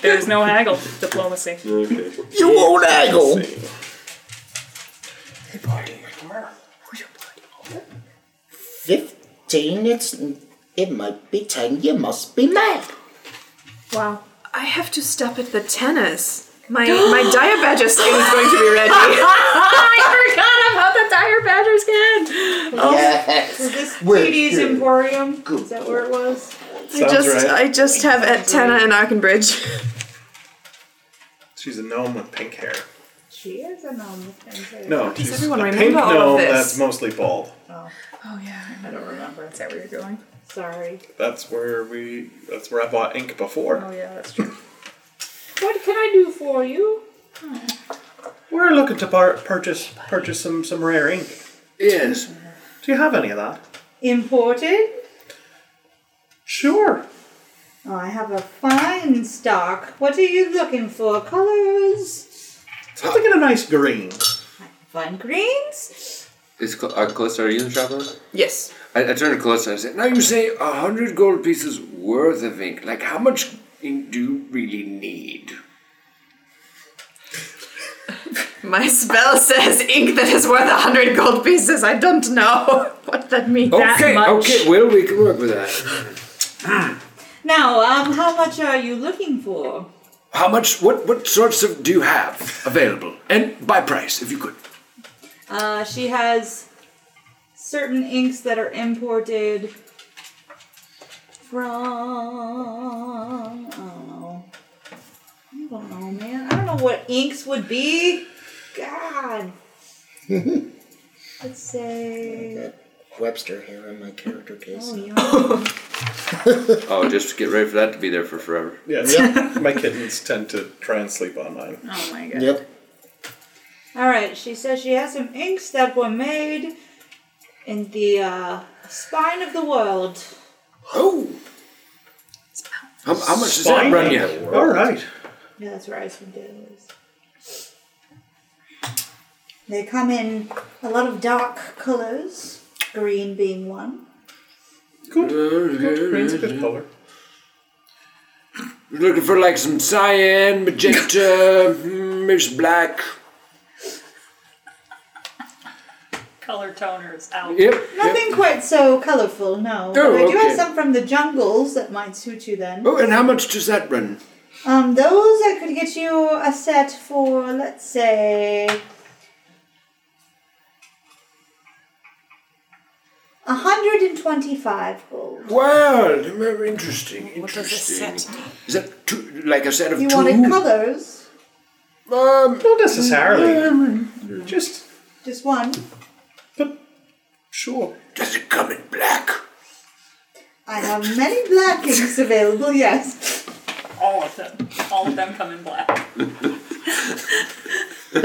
S3: There's no haggle. Diplomacy.
S5: okay.
S9: You old eagle. Fifteen. It's it might be ten. You must be mad.
S4: Wow. I have to stop at the tennis. My my dire badger skin is going to be ready.
S3: I forgot about the dire badger skin.
S2: Is
S9: Yes.
S2: this
S9: We're
S2: Katie's
S9: here.
S2: Emporium? Is that where it was?
S4: I
S7: Sounds
S4: just
S7: right.
S4: I just have Etana and Arkenbridge.
S7: She's a gnome with pink hair.
S2: She is a gnome. I can't say.
S7: No, she's
S4: everyone
S7: a
S4: remember
S7: pink
S4: all of
S7: gnome
S4: this?
S7: that's mostly bald.
S3: Oh yeah,
S2: I don't remember.
S3: that's where you're going.
S2: Sorry.
S7: That's where we. That's where I bought ink before.
S3: Oh yeah, that's true.
S2: What can I do for you?
S7: We're looking to par- purchase purchase some some rare ink.
S10: Yes.
S7: Do you have any of that?
S2: Imported?
S7: Sure.
S2: Oh, I have a fine stock. What are you looking for? Colors?
S7: Something in a nice green.
S2: Fun greens?
S5: Is Cl- uh, Calista, are you the shopper?
S4: Yes.
S5: I, I turned to Calista and I said,
S10: Now you say 100 gold pieces worth of ink. Like, how much ink do you really need?
S4: My spell says ink that is worth a hundred gold pieces. I don't know what that means.
S10: okay,
S3: much.
S10: okay. Well, we can work with that.
S2: Now, um, how much are you looking for?
S10: How much, what, what sorts of do you have available? And by price, if you could.
S2: Uh, she has certain inks that are imported from. I don't know. I don't know, man. I don't know what inks would be. God. Let's say.
S9: Webster here in my character case.
S2: Oh, you
S5: oh, just get ready for that to be there for forever.
S7: Yes. My kittens tend to try and sleep on mine.
S3: Oh my god.
S9: Yep.
S2: All right, she says she has some inks that were made in the uh, spine of the world.
S10: Oh. How, how much does that
S7: Fine.
S10: run you?
S7: All right.
S2: Yeah, that's where Icewind Dale is. They come in A lot of dark colors, green being one.
S10: Uh,
S7: Green's a good color.
S10: Looking for like some cyan, magenta, mm, maybe some black.
S3: Color toners out.
S10: Yep.
S2: Nothing quite so colorful, no.
S10: Oh,
S2: but I do
S10: okay.
S2: have some from the jungles that might suit you then.
S10: Oh, and how much does that run?
S2: Um, those I could get you a set for, let's say, a hundred and twenty-five gold.
S10: Well, very interesting. Interesting.
S4: What does this set mean?
S10: Is that two, like a set of
S2: You
S10: two?
S2: wanted colors?
S10: Um,
S7: Not necessarily. Just
S2: Just one.
S7: sure.
S10: does it come in black?
S2: I have many black inks available. Yes.
S3: All of them. All of them come in black.
S10: How,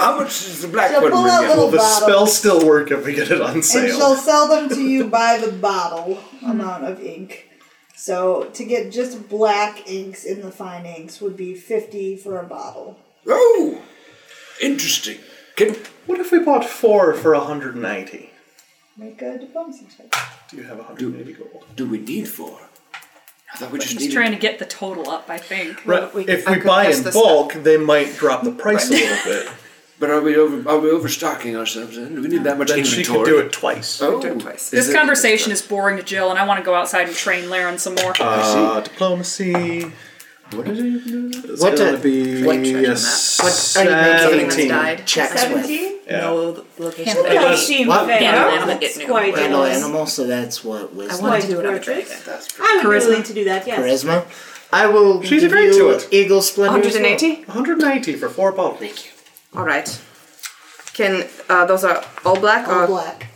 S10: how much does the black
S2: She'll
S10: one
S2: pull out
S10: run?
S2: little
S7: Will the spell
S2: bottles
S7: still work if we get it on
S2: and she'll
S7: sale?
S2: sell them to you by the bottle amount of ink. So to get just black inks in the fine inks would be fifty for a bottle.
S10: Oh, interesting. Can
S7: What if we bought four for 190?
S2: Make a diplomacy check.
S7: Do you have 180 gold?
S10: do we need four? I thought we just
S3: Just
S10: needed.
S3: trying to get the total up, I think.
S7: Right.
S4: we-
S7: if
S4: I
S7: we
S4: could
S7: buy
S4: pass
S7: in
S4: this
S7: bulk, they might drop the price a little bit.
S10: But are we over? Are we overstocking ourselves? Then? Do we need that much
S7: Then
S10: inventory?
S7: she could do it twice.
S10: Oh,
S4: Do it twice.
S10: is
S3: This
S10: it-
S3: conversation is boring to Jill, and I want to go outside and train Laren some more.
S7: Uh, diplomacy.
S10: What did it do?
S7: It's
S9: What
S7: gonna
S9: did-
S7: be
S9: what
S7: a
S9: treasure map?
S7: seventeen.
S4: Something that's died.
S9: Checks with
S2: Seventy.
S4: Know the location.
S12: That
S4: of it.
S12: does seem
S9: What?
S12: fair.
S4: Yeah, I'm gonna get new
S12: Quite
S4: ones.
S9: handle
S12: nice.
S9: animal, so that's what
S4: I
S9: wisdom.
S4: want
S2: Quite
S4: to do it on the
S2: gorgeous.
S4: dragon.
S2: I would be
S3: Charisma.
S2: willing to do that. Yes.
S9: charisma. I will
S7: She's
S9: give
S7: agreed
S9: you
S7: to it.
S9: Eagle Splendor. as well.
S4: 180?
S7: 190 for four bottles.
S4: All right. Can uh, those are all black?
S2: All
S4: or
S2: black.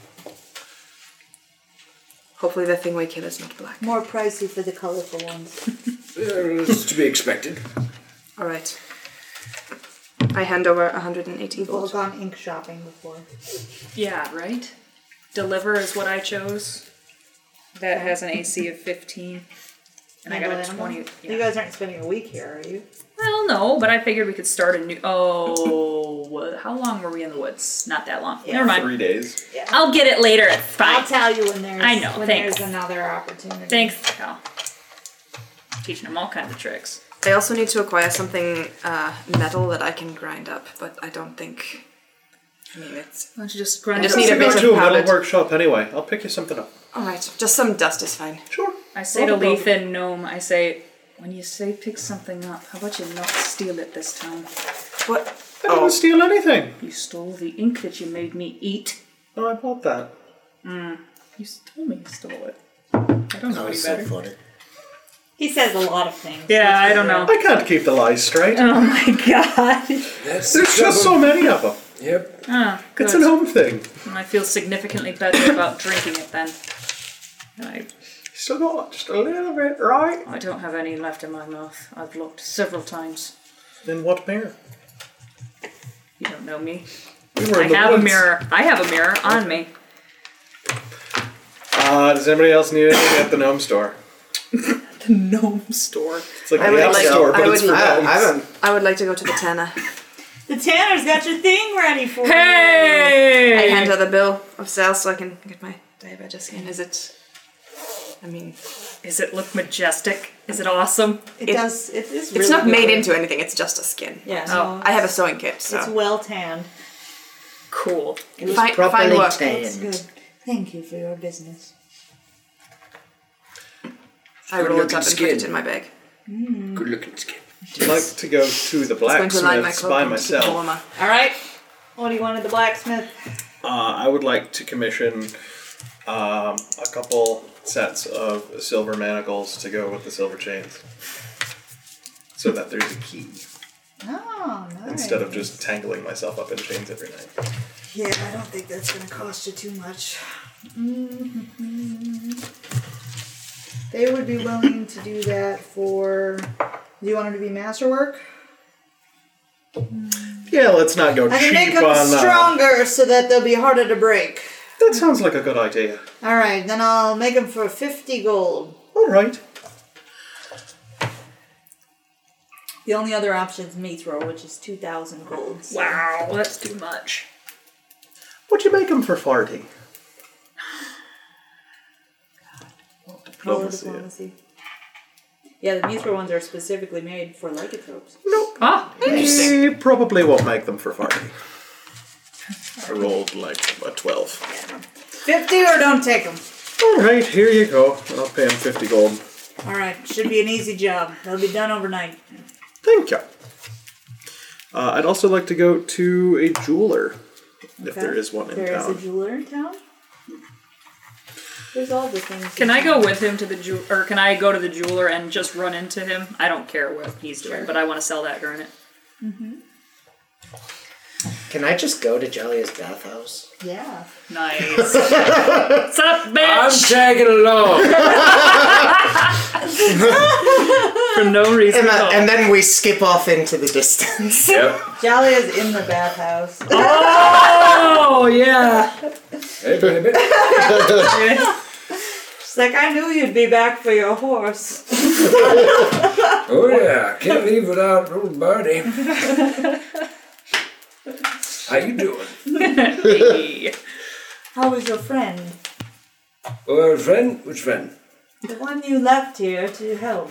S4: Hopefully the thing we kill is not black.
S2: More pricey for the colorful ones.
S10: It's uh, to be expected.
S4: All right. I hand over 180
S2: We've all
S4: gold.
S2: gone ink shopping before.
S3: Yeah, right? Deliver is what I chose. That has an AC of 15. And I got a
S2: Handle animal?
S3: 20.
S2: You
S3: Yeah.
S2: guys aren't spending a week here, are you?
S3: Well, no, but I figured we could start a new. Oh, what- how long were we in the woods? Not that long. Never mind.
S7: Three days.
S3: I'll get it later. It's fine.
S2: I'll tell you when there's
S3: I know,
S2: when
S3: thanks.
S2: there's another opportunity.
S3: Thanks, pal. Teaching them all kinds of tricks.
S4: I also need to acquire something uh, metal that I can grind up, but I don't think. I mean, it's.
S3: Why don't you just grind
S4: I just
S3: it
S4: need
S3: up?
S7: Go
S4: a bit
S7: to
S4: of
S7: a metal
S4: palette.
S7: workshop anyway. I'll pick you something up.
S4: All right, just some dust is fine.
S7: Sure.
S3: I say to Leaf and Gnome, I say, when you say pick something up, how about you not steal it this time?
S4: What?
S7: I didn't steal anything.
S3: You stole the ink that you made me eat. Mm.
S7: No, I bought that.
S3: You told me you stole it.
S7: I don't know
S9: That
S7: any
S9: was so
S7: better.
S9: funny.
S2: He says a lot of things.
S3: Yeah, I don't know.
S7: I can't keep the lies straight.
S3: Oh my god.
S10: That's
S7: There's
S10: the
S7: just so
S10: trouble.
S7: many of them.
S10: Yep.
S3: Ah, good.
S7: It's an home thing.
S3: And I feel significantly better about drinking it then. And I,
S7: Still got just a little bit, right?
S3: I don't have any left in my mouth. I've looked several times.
S7: Then what mirror?
S3: You don't know me.
S7: We were
S3: I have a mirror. I have a mirror on me.
S7: Uh, does anybody else need anything at the gnome store?
S3: Gnome store.
S7: It's like
S4: I
S7: the
S4: would
S7: app
S4: like-
S7: store, but
S4: I
S7: it's
S4: would-
S7: for
S9: I,
S7: gnomes.
S9: I don't.
S4: I would like to go to the tanner.
S2: The Tanner's got your thing ready for
S4: I
S3: Hey!
S4: hand her the bill of sale so I can get my diabetes scan. Is it? I mean,
S3: Is it look majestic? Is it awesome?
S2: you. It, does. It is. Really
S4: it's not made
S2: good.
S4: into anything. It's just a skin.
S2: Yeah.
S3: Oh,
S2: no,
S4: I have a sewing kit,
S2: It's
S4: so
S2: well tanned.
S3: Cool.
S9: It was
S4: Fine- fine
S9: properly
S4: work.
S2: It's
S9: tanned.
S2: good. Thank you for your business.
S4: I roll it
S10: looking
S4: up and put
S10: skin.
S4: it in my bag.
S2: Mm.
S10: Good looking skin.
S7: I'd like to go to the
S4: It's going to line my
S7: blacksmiths
S4: cloak
S7: by
S4: and keep it
S7: myself.
S4: warmer.
S2: All right. What do you want at the blacksmith?
S7: Uh, I would like to commission um, a couple sets of silver manacles to go with the silver chains. So that there's a key
S2: Oh, nice.
S7: instead of just tangling myself up in chains every night.
S2: Yeah, I don't think that's gonna cost you too much. Mm-hmm. They would be willing to do that for. Do you want it to be masterwork?
S7: Yeah, let's not go
S2: I
S7: cheap
S2: can make
S7: on
S2: them
S7: uh,
S2: stronger so that they'll be harder to break.
S7: That sounds like a good idea.
S2: All right, then I'll make them for fifty gold.
S7: All right.
S2: The only other option is Mithril, which is 2,000 gold. so-
S3: Wow, that's too much.
S7: What'd you make him for farting?
S2: Roll
S7: Diplomacy.
S2: diplomacy. Yeah, the Mithril ones are specifically made for lycanthropes.
S13: Ah,
S7: He probably won't make them for farting. I rolled like a 12.
S2: 50 or don't take them.
S7: Alright, here you go. I'll pay him 50 gold.
S2: All right, should be an easy job. They'll be done overnight.
S7: Thank you. Uh, I'd also like to go to a jeweler, if there is one in
S2: There is
S7: town.
S2: a jeweler in town. There's all the things.
S3: Can I go with him to the jew or can I go to the jeweler and just run into him? I don't care what he's doing, but I want to sell that garnet.
S6: Can I just go to Jellia's bathhouse?
S2: Yeah.
S3: Nice. What's up,
S5: I'm
S3: bitch?
S5: tagging along.
S2: Mm-hmm.
S3: For no reason.
S6: And,
S3: at
S6: uh,
S3: all.
S6: and then we skip off into the distance.
S5: yep.
S2: Jolly is in the bathhouse.
S3: oh yeah.
S5: Hey, baby.
S2: She's like, I knew you'd be back for your horse.
S5: Oh yeah, can't leave without little birdie. How you doing?
S3: Hey.
S2: How was your friend?
S5: Well, friend, which friend?
S2: The one you left here to help.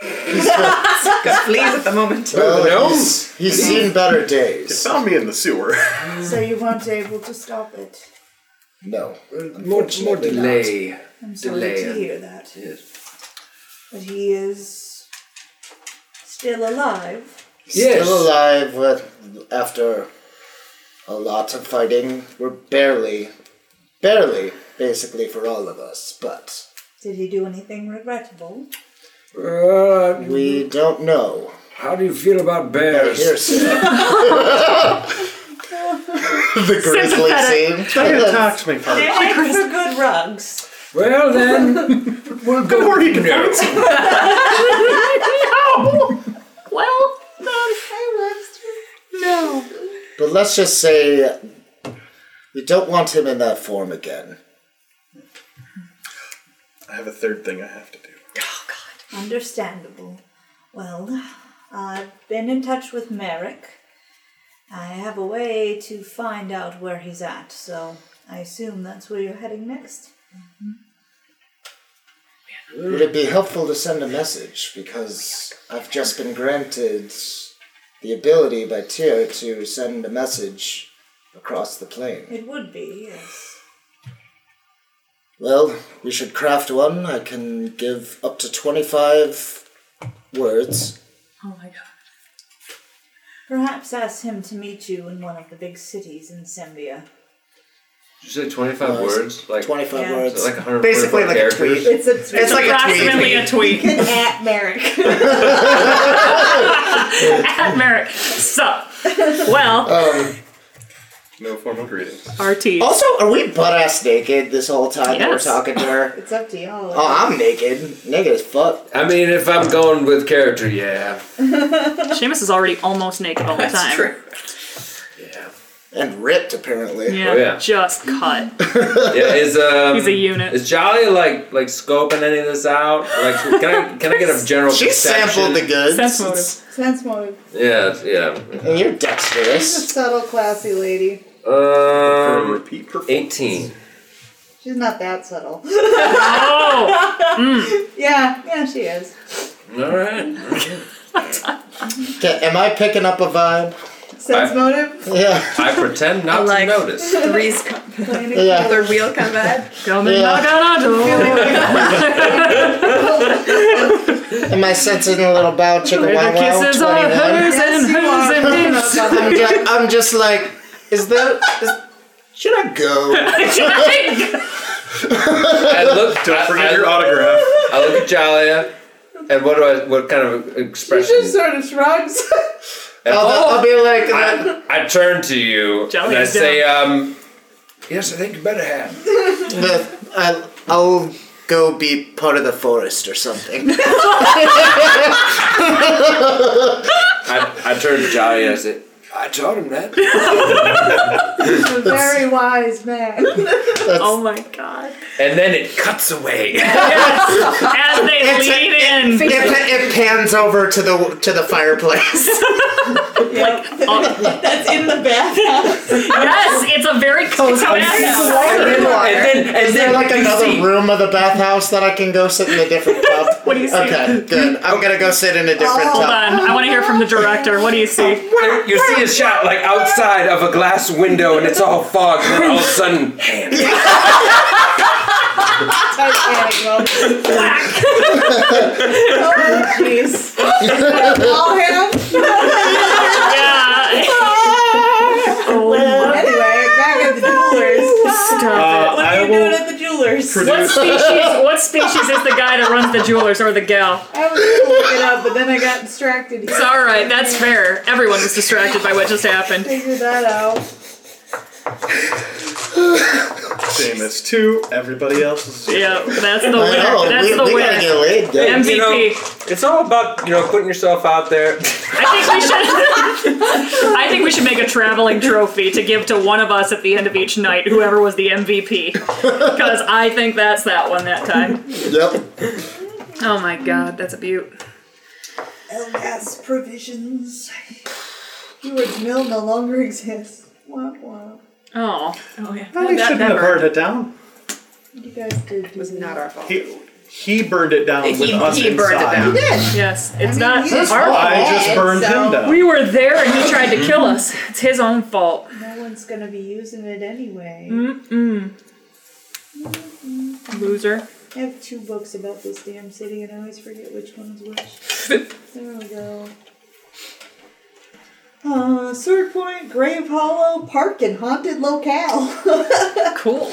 S4: Please at the moment.
S6: Well,
S5: no.
S6: he's, he's seen better
S7: It
S6: days.
S7: found me in the sewer.
S2: So you weren't able to stop it.
S6: No.
S5: More, more
S6: Unfortunately not.
S5: delay.
S2: I'm sorry to
S5: Delay.
S2: hear that.
S5: Yes.
S2: But he is still alive.
S5: Yes.
S6: Still alive with, after a lot of fighting. We're barely, barely, basically for all of us, but
S2: Did he do anything regrettable?
S5: Uh,
S6: we don't know.
S5: how do you feel about
S6: Here's
S5: bears?
S6: the grizzly scene.
S7: They attacked me for
S2: They make for good rugs.
S5: Well then, we'll go.
S7: you can do
S3: Well,
S6: But let's just say we don't want him in that form again.
S7: I have a third thing I have to do.
S2: Understandable. Well, I've been in touch with Merrick. I have a way to find out where he's at, so I assume that's where you're heading next.
S6: Would it be helpful to send a message? Because I've just been granted the ability by Tyr to send a message across the plain.
S2: It would be, yes.
S6: Well, we should craft one. I can give up to 25 words.
S7: Oh
S2: Perhaps ask him to meet you in one of the big cities in Symbia.
S5: You said 25 words? Like
S6: 25
S2: Yeah.
S6: words.
S5: Is it like 145
S6: Basically like a
S5: characters?
S6: tweet.
S2: It's a
S6: It's like a
S3: approximately
S6: tweet.
S3: a tweet.
S2: at Merrick.
S3: At Merrick. Sup. Well,
S7: Um, No formal greetings.
S3: RT.
S6: Also, are we butt ass naked this whole time that we're
S3: Yes.
S6: talking to her?
S2: It's up to y'all.
S6: Oh, I'm naked. Naked as fuck.
S5: I mean, if I'm going with character, yeah.
S3: Seamus is already almost naked all the time. That's true.
S5: Yeah.
S6: And ripped, apparently.
S3: Yeah,
S5: Oh, yeah.
S3: just cut.
S5: Yeah, is um,
S3: He's a unit.
S5: Is Jolly like like scoping any of this out? Like, can I can I get a general?
S6: She sampled the
S5: perception?
S6: goods.
S3: Sense motive.
S2: Sense motive.
S5: Yeah, yeah.
S6: And you're dexterous.
S2: Subtle, classy lady.
S7: For a
S5: Um,
S7: repeat performance.
S5: eighteen.
S2: She's not that subtle.
S3: Oh,
S2: yeah, yeah, she is.
S5: All right.
S6: Okay, am I picking up a vibe?
S2: Sense
S5: I-
S2: motive?
S6: Yeah.
S5: I pretend not
S4: Like-
S5: to notice.
S4: Three's co-
S6: Yeah.
S4: color wheel kind of vibe.
S3: coming
S6: Yeah. Am I sensing a little bow chicka wow wow?
S3: Kisses are
S6: 21?
S3: hers and hers and his.
S6: I'm, ju- I'm just like, is there. Is, should I go?
S5: I look. I,
S7: Don't forget
S5: I,
S7: your autograph.
S5: I look at Jolly, and what do I? What kind of expression?
S2: sort of shrugs.
S5: and-
S6: I'll, I'll be like, that.
S5: I, I turn to you
S3: Jolly
S5: and I
S3: is down.
S5: say, um, "Yes, I think you better have."
S6: the, I'll, I'll go be part of the forest or something.
S5: I, I turn to Jolly and I say,
S10: I taught him that.
S2: a very wise man.
S8: Oh my god.
S5: And then it cuts away.
S3: As they
S9: It's a-
S3: lead in,
S9: It, it pans over to the to the fireplace.
S3: uh,
S2: That's in the bathhouse.
S3: yes, it's a very cozy bathhouse.
S5: and then, and
S9: Is there
S5: then
S9: like
S5: you
S9: another
S5: see-
S9: room of the bathhouse that I can go sit in a different tub? what do you
S3: see? Oh,
S9: Okay, good. I'm gonna go sit in a different
S3: Hold
S9: tub.
S3: on, I want to hear from the director. What do you see?
S5: You see a shot like outside of a glass window and it's all fog, and then all of a sudden, hand.
S2: Titanic moment. oh jeez. All him.
S3: Yeah. Oh
S2: Anyway, back at the jewelers.
S3: Stop
S2: What
S7: I
S2: are you
S7: will
S2: doing at the jewelers?
S3: it. What species, what species is the guy that runs the jewelers or the gal?
S2: I was gonna look it up, but then I got distracted.
S3: It's alright, that's fair. Everyone was distracted by what just happened.
S2: Figure that out.
S7: Famous two. Everybody else is zero.
S3: Yeah, that's the winner.
S9: I know.
S3: That's
S9: we,
S3: the
S9: we gotta
S3: winner.
S9: get laid. Dude.
S3: MVP.
S5: You know, it's all about, you know, putting yourself out there.
S3: I think we should. I think we should make a traveling trophy to give to one of us at the end of each night, whoever was the MVP, because I think that's that one that time.
S9: Yep.
S3: Oh my god, that's a beaut.
S2: Elgas Oh, provisions. Heward's Mill no longer exists. Womp womp.
S3: Oh,
S8: Oh yeah.
S7: Well, he
S3: That
S7: shouldn't have
S3: never-
S7: burned it down.
S2: You guys did. It was not our fault.
S7: He, he burned it down with
S4: He-
S7: us
S4: he
S7: inside.
S4: burned it down.
S3: yes, it's
S2: I mean, he
S3: not
S2: is
S3: our
S2: wrong.
S3: fault.
S7: I just burned
S2: So-
S7: him down.
S3: We were there and he tried to kill us. It's his own fault.
S2: No one's gonna be using it anyway.
S3: Loser.
S2: I have two books about this damn city, and I always forget which one's which. there we go. Uh, Sword Point, Grave Hollow, Park, and Haunted Locale.
S3: Cool.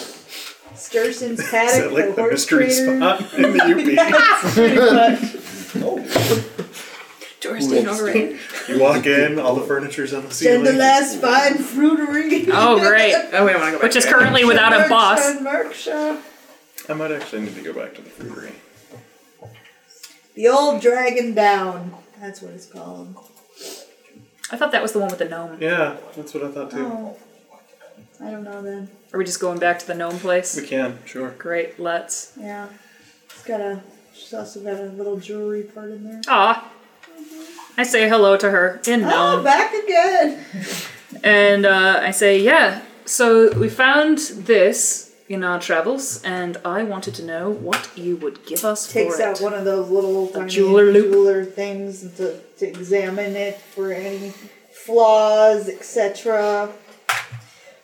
S2: Sturson's
S7: Is
S2: Paddock,
S7: it like
S2: the
S7: the
S2: horse
S7: mystery
S2: trader.
S7: spot in the
S8: Doors didn't overrate.
S7: UP? you walk in, all the furniture's on the
S2: And the
S7: ceiling.
S2: last fine fruitery.
S3: Oh great.
S4: Oh, we don't want to go back.
S3: Which is currently without a boss.
S2: Merksha.
S7: I might actually need to go back to the fruitery.
S2: The old dragon down. That's what it's called.
S3: I thought that was the one with the gnome.
S7: Yeah, that's what I thought too.
S2: Oh. I don't know then.
S3: Are we just going back to the gnome place?
S7: We can, sure.
S3: Great. Let's.
S2: Yeah. It's got a she's also got a little jewelry part in there.
S3: Ah. I say hello to her in gnome.
S2: Oh, back again.
S3: And uh, I say, yeah, so we found this in our travels, and I wanted to know what you would give us
S2: Takes
S3: for
S2: out
S3: it.
S2: one of those little tiny
S3: jeweler loop.
S2: jeweler things to, to examine it for any flaws, etc.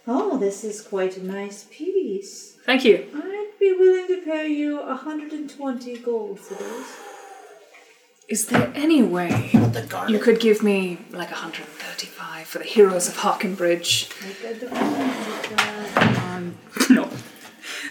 S2: Oh, this is quite a nice piece.
S3: Thank you.
S2: I'd be willing to pay you 120 gold for this.
S3: Is there any way you could give me like 135 for the heroes of Hawkenbridge?
S2: You
S3: Um, no.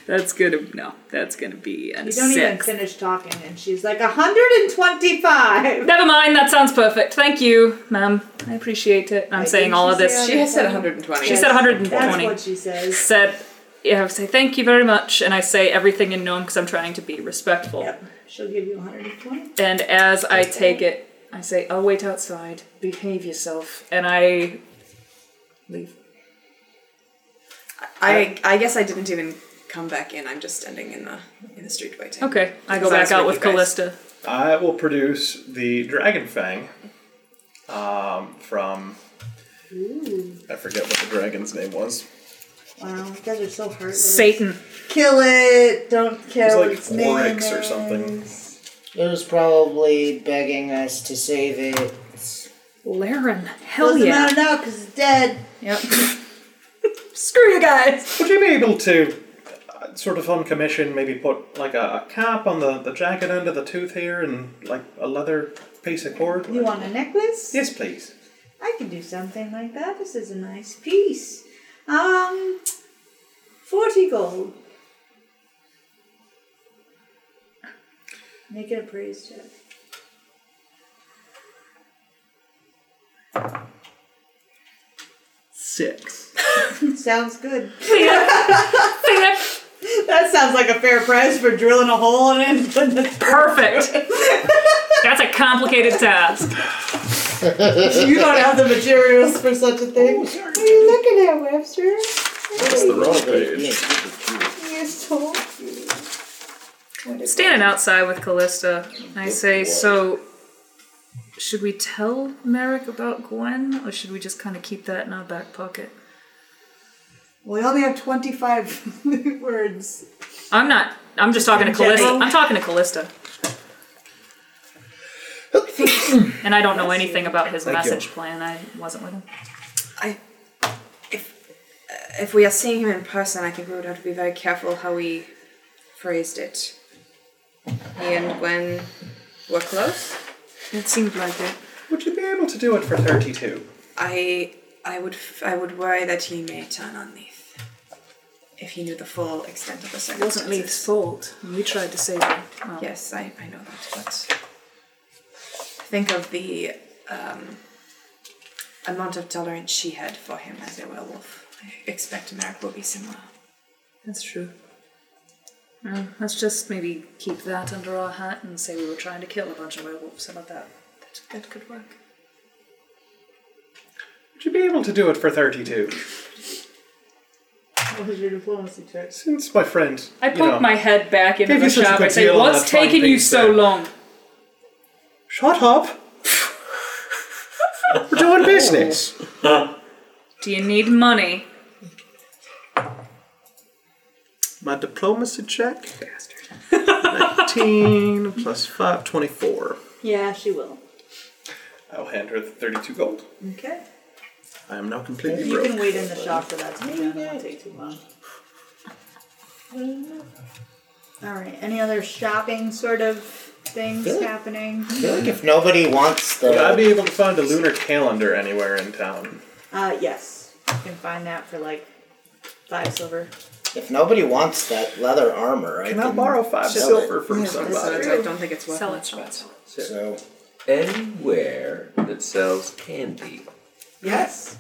S3: That's gonna no. That's gonna be a
S2: don't even
S3: six.
S2: finish talking, and she's like, 125!
S3: Never mind. That sounds perfect. Thank you, ma'am. I appreciate it. I'm
S2: Wait,
S3: saying
S2: didn't
S3: all
S2: she
S3: of this.
S2: say
S4: She has said 120.
S3: She said 120.
S2: That's what she says.
S3: said, yeah, I say thank you very much, and I say everything in gnome because I'm trying to be respectful.
S2: Yep, she'll give you 120.
S3: And as I take it, I say, I'll wait outside, behave yourself, and I leave.
S8: I I guess I didn't even come back in. I'm just standing in the in the street waiting.
S2: Oh.
S3: Okay, I go
S8: Because I
S3: back
S8: was
S3: out
S8: with
S3: with
S8: you guys.
S3: Callista.
S7: I will produce the dragon fang um, from. I forget what the dragon's name was.
S2: Wow, you guys are so heartless.
S3: Satan.
S2: Kill it! Don't care
S7: It's
S2: what
S7: like
S2: its name
S7: oryx or
S2: is.
S7: something.
S9: It was probably begging us to save it.
S3: Laren. Hell
S2: Doesn't
S3: yeah.
S2: matter now because it's dead.
S3: Yep.
S8: Screw you guys.
S7: Would you be able to, uh, sort of on commission, maybe put like a, a cap on the, the jacket end of the tooth here and like a leather piece of cord?
S2: You want a necklace?
S7: Yes, please.
S2: I can do something like that. This is a nice piece. Um, 40 gold. Make it a praise check.
S3: Six.
S2: Sounds good.
S3: Perfect.
S2: That sounds like a fair price for drilling a hole in it.
S3: That's a complicated task.
S2: you don't have the materials for such
S9: Oh,
S2: a thing. What are you looking at, Webster?
S7: That's the wrong page.
S2: You're so cute.
S3: Standing outside with Callista, I say, so should we tell Merrick about Gwen, or should we just kind of keep that in our back pocket?
S2: We only have 25 words.
S3: I'm not. I'm just talking to
S2: In
S3: Callista.
S2: general?
S3: I'm talking to Callista. and I don't know anything about his
S7: Thank you.
S3: message plan. I wasn't with him.
S4: I, if if we are seeing him in person, I think we would have to be very careful how we phrased it. He and Gwen were close. It seemed like it.
S7: Would you be able to do it for 32?
S4: I I would f- I would worry that he may turn on Leith if he knew the full extent of the circumstances.
S3: fault. We tried to save him. Well,
S4: Yes, I, I know that, but think of the um, amount of tolerance she had for him as a werewolf. I expect Merrick will be similar.
S3: That's true. Well, let's just maybe keep that under our hat and say we were trying to kill a bunch of werewolves. How about that?
S4: That, that could work.
S7: Would you be able to do it for 32?
S2: What was your diplomacy check?
S7: Since my friend.
S3: I
S7: you
S3: poke
S7: know,
S3: my head back into
S7: Gave
S3: the
S7: you such a
S3: shop
S7: good
S3: and say,
S7: deal on
S3: "What's
S7: that fine
S3: taking
S7: thing,
S3: you so
S7: sir."
S3: long?"
S7: Shut up! We're
S2: Oh.
S7: doing business!
S3: Do you need money?
S7: My diplomacy check. 19 plus 5, 24.
S2: Yeah, she will.
S7: I'll hand her the 32 gold.
S2: Okay.
S7: I am now completely
S2: You can
S7: broke.
S2: wait in the shop for that to be done. It won't take too long. All right. Any other shopping sort of things
S9: Really?
S2: happening?
S9: I feel like if nobody wants the
S7: Would I be able to find a lunar calendar anywhere in town?
S2: Uh, yes. You can find that for like five silver.
S9: if nobody wants that leather armor, I
S7: Can I
S9: can
S7: borrow five
S9: sell
S7: silver
S9: it.
S7: from
S4: So
S7: somebody?
S4: I don't think it's worth
S3: Sell it,
S4: much,
S3: sell it,
S4: but
S3: sell it.
S9: So
S5: Anywhere that sells candy.
S2: Yes.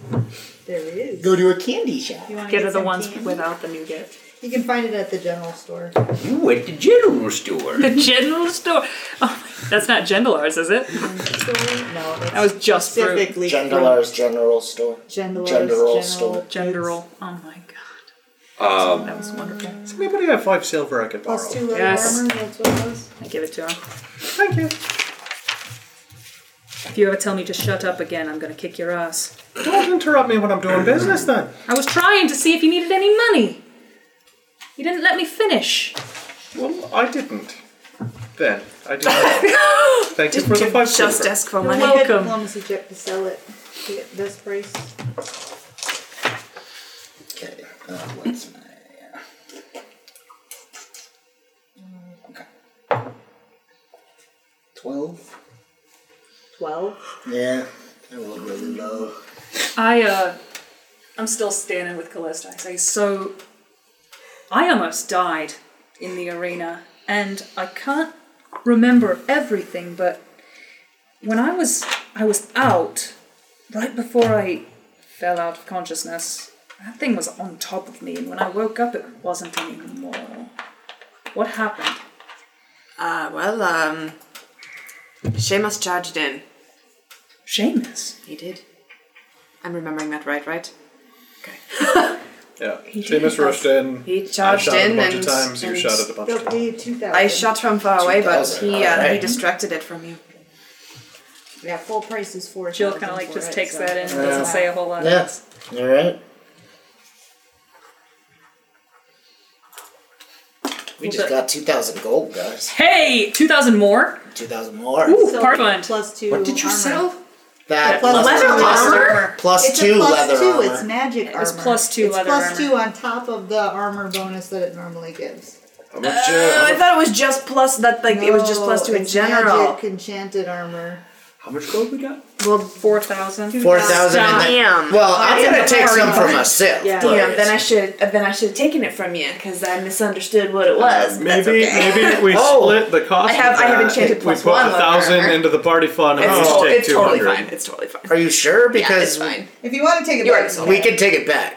S2: There is.
S9: go to a candy shop.
S2: You wanna
S3: Get her the
S2: some
S3: ones
S2: candy?
S3: without the nougat.
S2: You can find it at the general store.
S5: You at the general store.
S3: The general store. Oh, that's not Gendelar's, is it?
S2: No, that's
S3: That was just fruit.
S2: specifically
S9: Gendelar's General Store.
S2: Gendelar's
S9: General
S2: general
S9: store.
S3: Genderal. Oh my god.
S5: Um,
S3: That was wonderful.
S7: Does anybody have five silver I could borrow?
S2: Plus two leather
S3: Yes.
S2: armor. That's what it was.
S3: I give it to him.
S7: Thank you.
S3: If you ever tell me to shut up again, I'm gonna kick your ass.
S7: Don't interrupt me when I'm doing business then.
S3: I was trying to see if you needed any money. You didn't let me finish.
S7: Well, I didn't. Then. I didn't. Thank you for the five silver.
S4: just ask for
S2: You
S4: money.
S2: wanna get
S3: Welcome.
S2: Diplomacy check to sell it. to Get this price.
S9: Okay. Uh, what's my? Uh, okay. Twelve.
S2: Twelve.
S9: Yeah. I rolled really low.
S3: I uh I'm still standing with Callista. I say, so I almost died in the arena, and I can't remember everything, but when I was I was out, right before I fell out of consciousness, that thing was on top of me, and when I woke up it wasn't anymore. What happened?
S4: Ah, well, um, Seamus charged in.
S3: Seamus.
S4: He did. I'm remembering that right, right?
S7: Yeah. Seamus rushed in.
S4: He
S7: I
S4: charged
S7: shot it
S4: in
S7: a bunch
S4: and,
S7: of times. You
S4: and
S7: shot it a bunch of
S2: Don't
S7: times.
S2: need two thousand.
S4: I shot from far away, but
S9: 2000,
S4: he uh, he
S9: alright.
S4: distracted it from you.
S2: Yeah, full price is four.
S3: Jill kind of like just takes that in and doesn't say a whole lot.
S9: Yeah. All right. We just got two thousand gold, guys.
S3: Hey, two thousand more.
S9: Two thousand more.
S3: Ooh, part fund.
S2: Plus two.
S9: What did you
S2: armor.
S9: sell? That
S2: Plus
S9: plus,
S2: two
S9: plus,
S2: leather
S9: plus
S2: It's a
S9: two
S2: plus
S9: leather
S2: two.
S9: armor.
S2: It's magic armor.
S3: was plus two
S2: It's
S3: leather
S2: plus
S3: armor.
S2: two on top of the armor bonus that it normally gives.
S9: Oh,
S10: How much? Uh,
S4: I thought it was just plus that, like it was just plus two
S2: No,
S4: in
S2: it's
S4: general.
S2: Magic enchanted armor.
S10: how much gold we got?
S4: Well,
S3: Four thousand.
S9: Four thousand.
S4: Damn.
S9: Well, I'm
S4: That's
S9: gonna
S4: a
S9: take
S4: very
S9: some
S4: hard-
S9: from myself.
S2: Yeah.
S9: but-
S4: Damn, then I should then I should have taken it from you because I misunderstood what it was. That's
S7: Maybe
S4: okay.
S7: maybe we
S9: Oh,
S7: split the cost.
S4: I have-
S7: of
S4: I have
S7: that.
S4: enchanted
S7: We
S4: plus
S7: put
S4: one
S7: a
S4: leather
S7: thousand
S4: armor.
S7: into the party fund and
S4: It's,
S7: we'll
S4: to-
S7: just take
S4: it's
S7: two
S4: totally
S7: hundred.
S4: fine. It's totally fine.
S9: Are you sure?
S4: yeah, it's
S9: Because
S4: fine.
S2: If you want to take it
S4: You
S2: back,
S4: already sold
S9: we could take it back.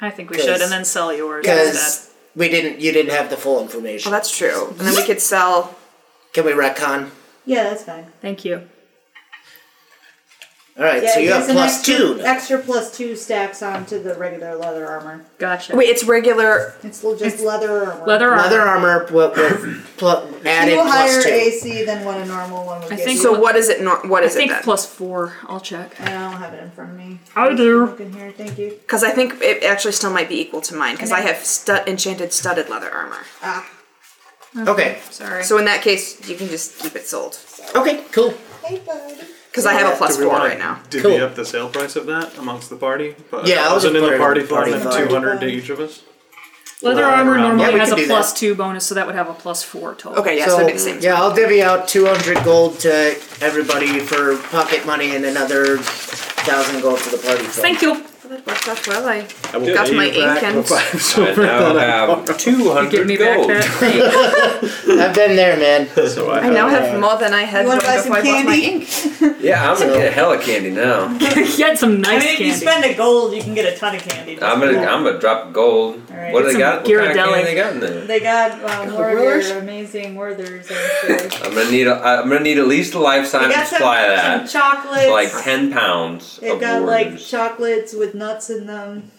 S3: I think we
S9: Cause-
S3: should, and then sell yours instead.
S9: Because we didn't. You didn't have the full information.
S4: Well, that's true. And then we could sell.
S9: Can we retcon?
S2: yeah, that's fine.
S3: Thank you.
S9: All right, so
S2: it
S9: you have
S2: gives an
S9: plus
S2: extra,
S9: two. now.
S2: Extra plus two stacks onto the regular leather armor.
S6: Gotcha.
S4: Wait, it's regular.
S2: It's l- just leather armor.
S6: Leather armor.
S9: Leather armor with, with pl- added
S2: Two higher
S9: plus two.
S2: AC than what a normal one would
S6: I
S2: get.
S6: think
S2: you.
S4: So what is it? Nor- what
S6: I
S4: is it
S6: think
S4: then?
S6: plus four. I'll check.
S2: I don't have it in front of me.
S6: I
S2: Just
S6: do.
S2: look in here. Thank you.
S4: Because I think it actually still might be equal to mine because I
S2: Okay.
S4: have stu- enchanted studded leather armor.
S2: Ah,
S9: Okay.
S6: Sorry.
S4: So in that case, you can just keep it sold
S9: Okay. Cool.
S2: hey buddy.
S4: because I have a plus
S7: Do we
S4: four
S7: wanna
S4: right now.
S7: Divvy
S9: Cool.
S7: up the sale price of that amongst the party. But
S9: Yeah, I'll
S7: wasn't in
S9: just put it
S7: the
S9: in
S7: party
S9: the party
S7: fund
S9: fund.
S7: and two hundred to each of us.
S6: Leather
S7: Well,
S6: armor
S7: around-
S6: normally
S9: Uh, Yeah, we
S6: has a
S9: can do
S6: plus
S9: that.
S6: two bonus, so that would have a plus four total.
S4: Okay, yeah, so,
S9: so
S4: it'd be the same.
S9: yeah, I'll divvy out 200 gold to everybody for pocket money and another thousand gold to the party. fund.
S6: Thank you.
S4: Well, that worked out well. I
S5: I will
S4: got
S5: pay
S4: my
S5: you back
S4: ink and
S5: the five silver that I have two
S6: Give me
S5: hundred
S6: back
S5: gold.
S6: that.
S9: I've been there, man.
S7: So I,
S4: I now have more than I had
S2: You
S4: when
S2: wanna
S4: before
S2: buy
S4: I
S2: some
S4: bought my
S2: candy?
S4: ink.
S5: Yeah, I'm gonna get hella candy now.
S6: he had
S2: I
S6: some nice
S2: mean, if you
S6: candy.
S2: spend a gold, you can get a ton of candy.
S5: I'm gonna I'm gonna drop gold.
S2: Alright.
S5: What do they
S6: Some
S5: got? What kind of
S6: Ghirardelli.
S5: candy they got in there?
S2: They got uh, more of
S4: Werther's?
S2: your amazing Werther's. I'm sure.
S5: I'm gonna need a, I'm gonna need at least a
S2: They
S5: lifetime
S2: got some,
S5: supply of
S2: some
S5: that.
S2: chocolates.
S5: like ten pounds
S2: They've
S5: of
S2: got like
S5: Werther's.
S2: chocolates with nuts in them.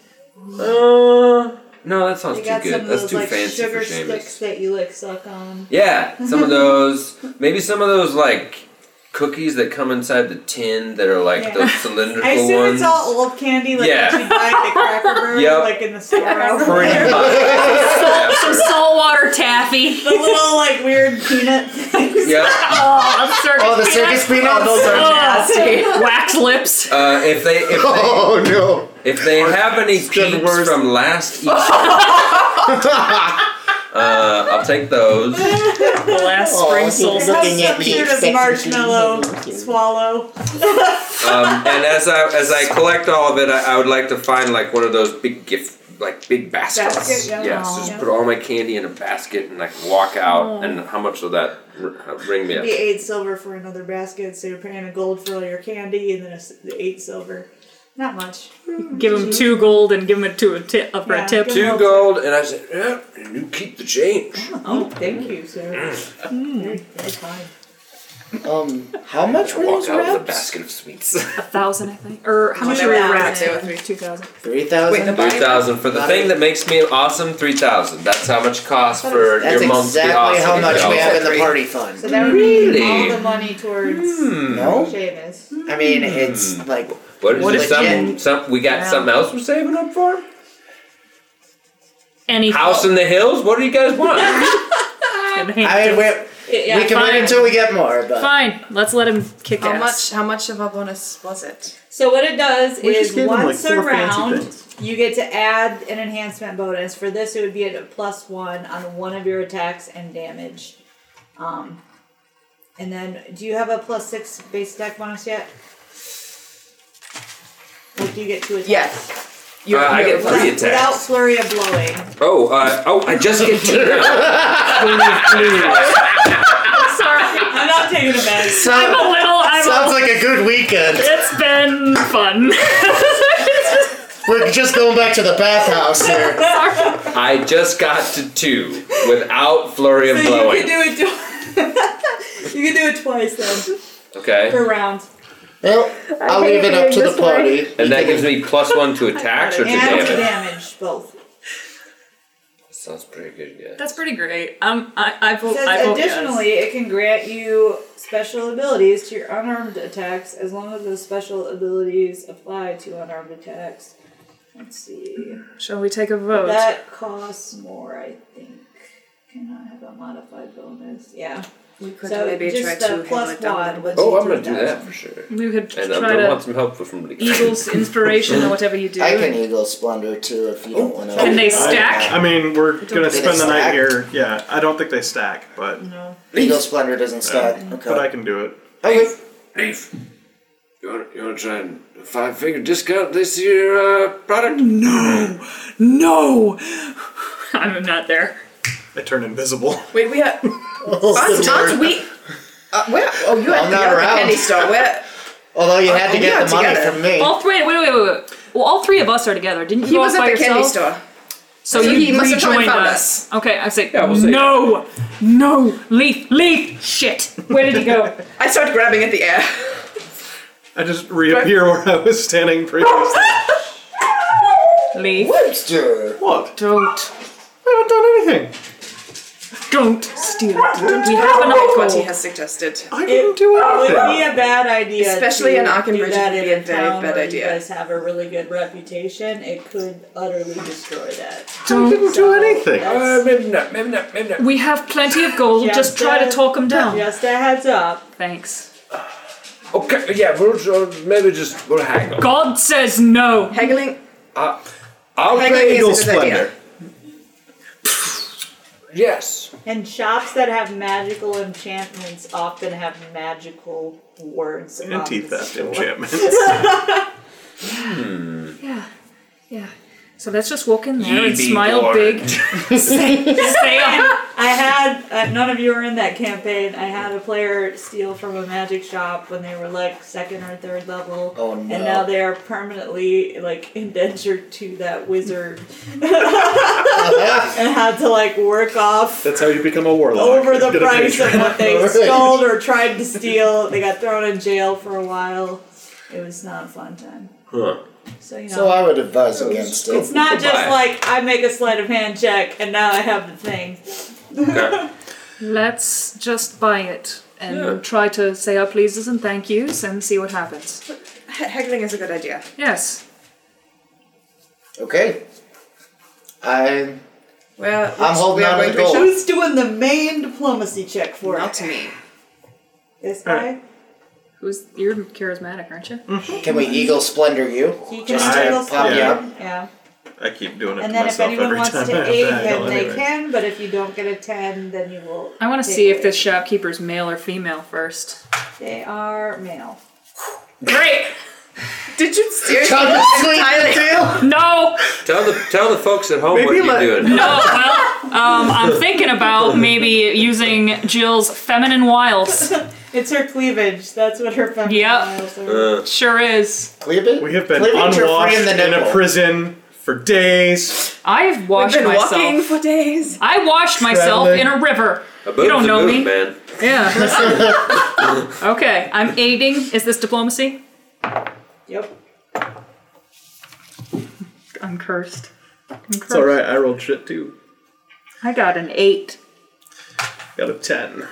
S5: Uh, no, that sounds
S2: They
S5: too
S2: got some
S5: good.
S2: of
S5: That's
S2: those
S5: too
S2: like
S5: fancy for
S2: sugar
S5: Seamus.
S2: sticks that you like suck on.
S5: Yeah, some of those. Maybe some of those like cookies that come inside the tin that are like
S2: Yeah.
S5: those
S2: I
S5: cylindrical
S2: assume
S5: ones.
S2: it's all old candy, like
S5: Yeah.
S2: that you buy at the Cracker Barrel,
S5: Yep.
S2: like in the store. over
S5: Pretty
S2: there.
S5: much.
S3: Some salt water taffy.
S2: The little like weird peanut things.
S5: Yeah.
S3: Oh, I'm sorry.
S9: Oh, the circus peanuts? those
S3: Oh,
S9: are
S3: Wax lips.
S5: Uh, if they if they,
S9: Oh, no.
S5: if they have any
S9: Getting
S5: peeps
S9: worse.
S5: from last Easter, uh, I'll take those.
S3: Last
S9: Oh,
S3: spring
S9: he's
S3: soul.
S2: It
S9: looking
S2: has
S9: at
S2: some
S9: me
S2: sort of
S9: expectantly.
S2: marshmallow swallow.
S5: Um, and as I as I collect all of it, I, I would like to find like one of those big gift, like big baskets.
S2: Basket, yeah.
S5: Yes, just put all my candy in a basket and like walk out. And how much will that r- uh, bring me
S2: It'd be
S5: up?
S2: eight silver for another basket, so you're paying a gold for all your candy, and then a s eight silver. Not much.
S3: Give him two gold and give him a two a tip uh, for
S2: Yeah,
S3: a tip.
S2: give
S5: Two
S2: him
S5: gold, and I said, yeah, and you keep the change. Mm.
S2: Oh, thank you, sir. Mm, Very, very kind.
S9: Um, how much were
S5: Walk
S9: those
S5: out with a
S9: wraps?
S5: basket of sweets.
S3: A thousand, I think. Or how much
S2: Two
S3: are your
S2: thousand.
S3: rats? Two thousand.
S4: Wait, the
S9: 3,000?
S4: body-
S5: Three thousand for the thing that makes me awesome. Three thousand. That's how much it costs for
S9: That's
S5: your month to be
S9: exactly
S5: awesome.
S9: how much we
S5: y'all.
S9: have in the party fund.
S2: So that would be all
S5: Really? Hmm.
S2: the money towards
S9: No?
S2: Seamus. Hmm.
S9: I mean, it's like,
S5: What is
S9: What
S5: it?
S9: if-
S5: Some, some, we got
S3: Yeah.
S5: something else we're saving up for?
S3: Any
S5: House in the hills? What do you guys want?
S9: I mean, we're,
S3: Yeah,
S9: we can
S3: fine.
S9: wait until we get more, but.
S3: Fine, let's let him kick
S4: How
S3: ass.
S4: much? How much of a bonus was it?
S2: So what it does
S7: We
S2: is
S7: just gave them, like,
S2: once
S7: four fancy
S2: around,
S7: things.
S2: you get to add an enhancement bonus. For this, it would be at a plus one on one of your attacks and damage. Um, and then, do you have a plus six base attack bonus yet? Like you get two attacks.
S4: Yes.
S5: Uh, I get
S2: Without,
S5: three
S2: without
S5: attacks.
S2: flurry of blowing.
S5: Oh, uh, oh! I just get two. now.
S3: Sorry,
S2: I'm not taking a bet.
S9: So,
S3: I'm a little. I'm
S9: sounds
S3: a,
S9: like a good weekend.
S3: it's been fun.
S9: We're just going back to the bathhouse here.
S5: I just got to two without flurry of
S2: So you
S5: blowing.
S2: can do it. Tw- you can do it twice then
S5: Okay,
S2: per round.
S9: Well, I'll leave it up to the party.
S5: and that gives me plus one to attacks or to
S2: And to
S5: damage.
S2: damage both.
S5: Sounds pretty good, yeah.
S3: That's pretty great. Um, I, I vote.
S2: says
S3: I vote
S2: additionally, it can grant you special abilities to your unarmed attacks as long as those special abilities apply to unarmed attacks. Let's see.
S3: yes. Shall we take a vote?
S2: That costs more, I think. Can I have a modified bonus? Yeah.
S4: We could
S2: so
S4: maybe
S2: just
S4: try
S2: the
S4: to
S2: plus
S4: hammer it down a
S2: one.
S4: little
S2: would
S5: Oh,
S2: be
S5: I'm gonna do
S2: 2,000.
S5: that for sure.
S3: we could try
S5: And I'm gonna
S3: to
S5: want some help from the
S3: Eagles inspiration or whatever you do.
S9: I can eagle splendor too if you don't want to.
S3: Can they
S4: Oh,
S3: stack?
S7: I mean, we're gonna
S9: they
S7: spend the night
S9: stack?
S7: here. Yeah, I don't think they stack, but
S2: No.
S9: Eagle splendor doesn't stack.
S2: Mm.
S7: but I
S9: Okay.
S7: can do it.
S9: Okay.
S5: Leaf, you want you want to try and five figure discount this year uh, product? No, no.
S3: I'm not there.
S7: I turn invisible.
S4: Wait, we have. Bonds, bonds,
S9: Although
S4: we. Uh, where? Oh, you had
S9: I'm
S4: the
S9: not
S4: other
S9: around.
S4: candy store. Where?
S9: you had to
S4: Oh,
S9: get
S4: yeah,
S9: the money
S4: together.
S9: from me.
S3: All three. Wait, wait, wait, wait. Well, all three of us are together. Didn't you
S4: He
S3: go
S4: was
S3: off
S4: at
S3: by
S4: the
S3: yourself?
S4: candy store.
S3: So
S4: So
S3: you
S4: he must have come and
S3: rejoined
S4: found
S3: us. Okay, I say
S5: Yeah, we'll see.
S3: no, no, leaf, leaf, shit. Where did he go?
S4: I started grabbing at the air.
S7: I just reappear where I was standing previously.
S3: Leave.
S9: Webster!
S7: What?
S1: Don't.
S7: I haven't done anything.
S1: Don't steal it.
S4: We have an what he has suggested.
S7: I didn't do
S2: Would be
S7: anything.
S2: a bad idea.
S4: Especially
S2: to
S4: in Aachen
S2: do
S4: Bridge,
S2: that
S4: it would
S2: in
S4: be a very
S2: town
S4: bad
S2: where
S4: idea.
S2: You guys have a really good reputation. It could utterly destroy that.
S7: I didn't do anything.
S10: Uh, maybe not, maybe not, maybe not.
S3: We have plenty of gold.
S2: Yeah,
S3: Just try to
S2: that-
S3: talk him down.
S2: Just a heads up.
S3: Thanks.
S10: Okay, yeah, we'll, uh, maybe just we'll hang on.
S3: God says no.
S4: Haggling.
S5: Uh,
S10: I'll
S4: Haggling
S10: pay
S4: is
S10: you.
S4: a good idea.
S10: Yes.
S2: And shops that have magical enchantments often have magical words.
S7: And
S2: on
S7: teeth
S2: the
S7: theft
S2: store.
S7: enchantments. Hmm.
S3: Yeah. Yeah. So let's just walk in there
S5: Ye
S3: and
S5: be
S3: smile
S5: born.
S3: big. Stay up.
S2: I had uh, none of you were in that campaign. I had a player steal from a magic shop when they were like second or third level,
S9: Oh, no.
S2: and now they are permanently like indentured to that wizard
S9: Uh-huh.
S2: and had to like work off
S7: That's how you become a warlock.
S2: over
S7: You
S2: the
S7: get a
S2: price
S7: patron.
S2: of what they
S9: Right.
S2: stole or tried to steal. They got thrown in jail for a while. It was not a fun time.
S5: Huh.
S2: So you know.
S9: So I would advise against
S2: it's
S9: it.
S2: not just
S5: Goodbye.
S2: like I make a sleight of hand check and now I have the thing.
S5: Okay.
S3: Let's just buy it and
S5: Yeah.
S3: try to say our pleases and thank yous and see what happens.
S4: Ha- Haggling is a good idea.
S3: Yes.
S9: Okay. I
S4: Well, which
S9: I'm holding
S4: we are
S9: on to
S4: going
S9: the
S4: to
S9: gold.
S2: Who's doing the main diplomacy check for
S4: reach out
S2: it?
S4: to me.
S2: This guy?
S3: Who's you're charismatic, aren't you?
S4: Mm-hmm.
S9: can we eagle splendor you?
S2: He can
S9: Just
S2: handle
S9: to pop you
S7: yeah.
S9: up.
S2: something. Yeah.
S7: I keep doing it to
S2: And then if
S7: myself
S2: anyone
S7: every
S2: wants
S7: time.
S2: to
S7: I
S2: aid
S7: have to
S2: him, they
S7: anyway.
S2: can, but if you don't get a 10, then you will.
S3: I want to
S2: take
S3: see if
S2: it.
S3: this shopkeeper's male or female first.
S2: They are male.
S3: Great.
S4: Did you seriously?
S9: Come to sleep, Mateo.
S3: No.
S5: Tell the tell the folks at home what
S7: Maybe
S5: you're
S7: let-
S5: doing.
S3: No. Well, um, I'm thinking about maybe using Jill's feminine wiles.
S2: It's her cleavage. That's what her feminine
S3: Yep.
S2: miles are.
S5: Uh,
S3: Sure is.
S9: Cleavage?
S7: We have been
S9: Cleavage or free
S7: unwashed
S9: in the
S7: in, a
S9: nipple?
S7: prison for days.
S3: I've
S4: We've
S3: washed
S4: been
S3: myself.
S4: walking for days.
S3: I washed myself
S7: Traveling.
S3: in a river.
S5: a boot's
S3: You don't
S5: a
S3: know
S5: boot,
S3: me.
S5: man.
S3: Yeah. okay. I'm aiding. Is this diplomacy?
S2: Yep.
S3: I'm cursed. I'm cursed.
S7: It's alright, I rolled shit too.
S3: I got an eight.
S7: Got a 10.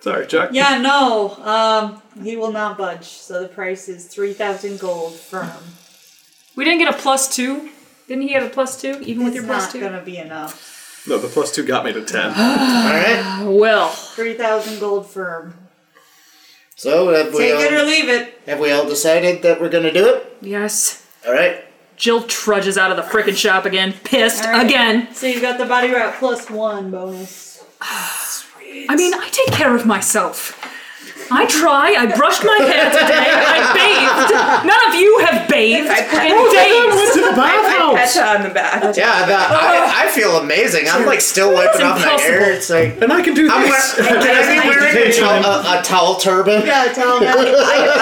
S7: Sorry, Chuck.
S2: Yeah, no. Um, he will not budge. So the price is 3,000 gold firm.
S3: We didn't get a plus two. Didn't he get a plus two? Even with
S2: It's
S3: your
S2: not
S3: plus two?
S2: going to be enough.
S7: No, the plus two got me to 10.
S9: Alright.
S3: Ah, Well,
S2: 3,000 gold firm.
S9: So have we,
S2: Take it or
S9: all,
S2: leave it.
S9: have we all decided that we're gonna do it?
S3: yes.
S9: Alright.
S3: Jill trudges out of the frickin' shop again, pissed
S2: All right.
S3: again.
S2: So you've got the body route plus one bonus.
S3: I mean, I take care of myself. I try. I brushed my hair today. I bathed. None of you have bathed in days.
S7: to the
S4: I pat her on the back.
S9: Yeah, the, I, I feel amazing. I'm like still wiping off my hair.
S3: impossible.
S9: It's like
S7: And I can do
S9: I'm
S7: this!
S9: wearing, can I be wearing a, towel- a, a towel turban?
S2: Yeah, tell him that.
S4: I,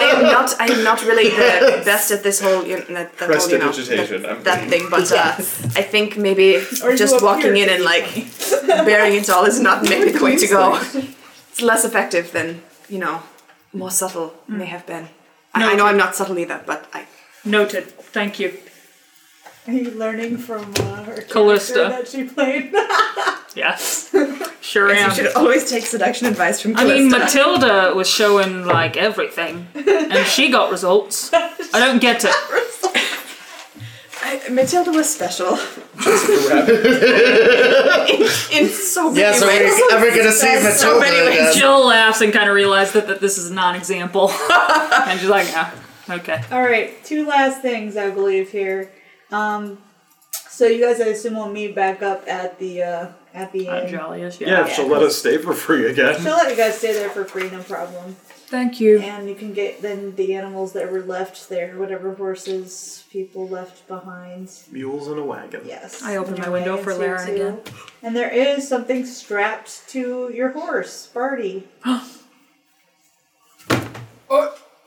S4: I am not. I am not really the best at this whole you know, that, that whole you know
S7: Prestidigitation, I'm
S4: that, that thing. But uh, I think maybe
S2: Or you
S4: just
S2: appear
S4: walking in
S2: to
S4: and
S2: be
S4: like burying it all is not maybe the way to go. It's less effective than you know more subtle
S3: Mm.
S4: may have been. I, I know I'm not subtle either, but I.
S3: Noted. Thank you.
S2: Are you learning from uh, her
S3: Callista.
S2: character that she played?
S3: Yes. Sure am.
S4: always take seduction advice from.
S3: I mean, Matilda was showing like everything, and she got results. I don't get it.
S4: Matilda was special. in, in so many
S9: Yeah, so
S4: ways.
S9: we're ever gonna see
S4: So many
S9: Matilda
S4: ways.
S9: again.
S3: Jill laughs and kind of realizes that, that this is a non-example, and she's like, ah, okay.
S2: All right, two last things I believe here. Um, so you guys, I assume, will meet back up at the uh, at the
S3: Not
S2: inn.
S3: jolly as you
S7: Yeah,
S3: are.
S7: if she'll let us stay for free again.
S2: She'll let you guys stay there for free, no problem.
S3: Thank you.
S2: And you can get then the animals that were left there, whatever horses people left behind.
S7: Mules in a wagon.
S2: Yes.
S3: I opened
S2: And
S3: my
S2: your
S3: window for
S2: wagons
S3: Laren
S2: here,
S3: again.
S2: too. And there is something strapped to your horse, Barty.
S10: Oh,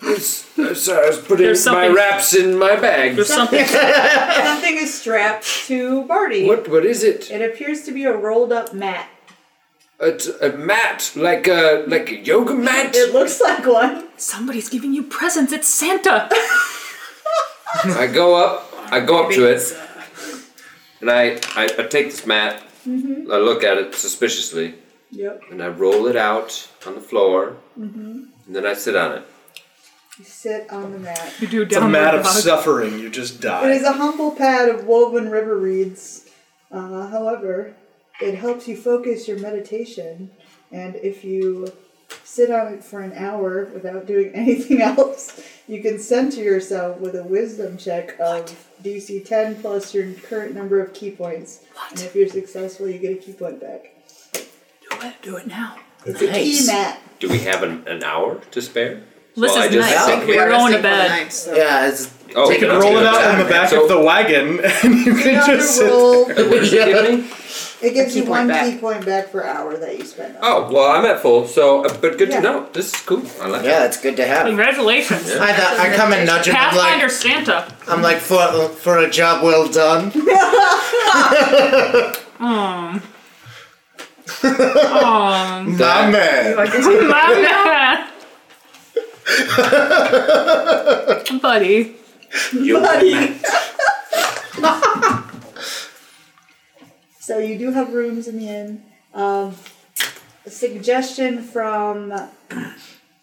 S10: it's,
S5: uh,
S10: I'm sorry, I was putting
S3: There's
S10: my
S3: something-
S10: wraps in my bag.
S3: There's something.
S2: something is strapped to Barty.
S10: What? What is it?
S2: It appears to be a rolled up mat.
S10: a, t- a mat, like a like a yoga Oh, mat.
S2: It looks like one.
S3: Somebody's giving you presents. It's Santa.
S5: I go up. I go up to it,
S3: uh,
S5: and I I, I take this mat. I look at it suspiciously,
S2: mm-hmm, Yep. Mm-hmm.
S5: and I roll it out on the floor, and then I sit on it.
S2: You sit on the mat.
S3: You do
S7: It's a
S3: downward
S7: mat of
S3: dog.
S7: suffering. You just
S2: It is
S7: die.
S2: a humble pad of woven river reeds. Uh, however, it helps you focus your meditation, and if you sit on it for an hour without doing anything else, you can center yourself with a wisdom check of DC 10 plus your current number of key points. And if you're successful, you get a key point back.
S3: Do it. Do it now.
S2: It's a key mat.
S5: Do we have an, an hour to spare?
S3: This
S5: Well, I
S3: is
S5: just-
S3: nice.
S5: I
S9: think
S5: we
S3: We're
S5: are
S3: going to
S4: Sleep all
S3: bed.
S4: night, so-
S9: Yeah, it's,
S5: Oh,
S7: You can roll it out on the back
S5: So-
S7: of the wagon, and you can just sit.
S2: roll.
S5: Give me?
S2: It gives
S4: Key
S2: you
S4: point
S2: one
S4: back.
S2: key point back per hour that you spend on it.
S5: Oh well, I'm at full. So, uh, but good
S2: Yeah.
S5: to know. This is cool. I like
S9: yeah, it's good to have.
S3: Congratulations.
S9: I, thought, I come and nudge him. I'm
S3: Pathfinder
S9: like,
S3: Santa.
S9: I'm like for, for a job well done.
S3: Um. um.
S5: it. That-
S9: man.
S3: My bad. Buddy.
S5: you-
S2: So you do have rooms in the inn. Um, a suggestion from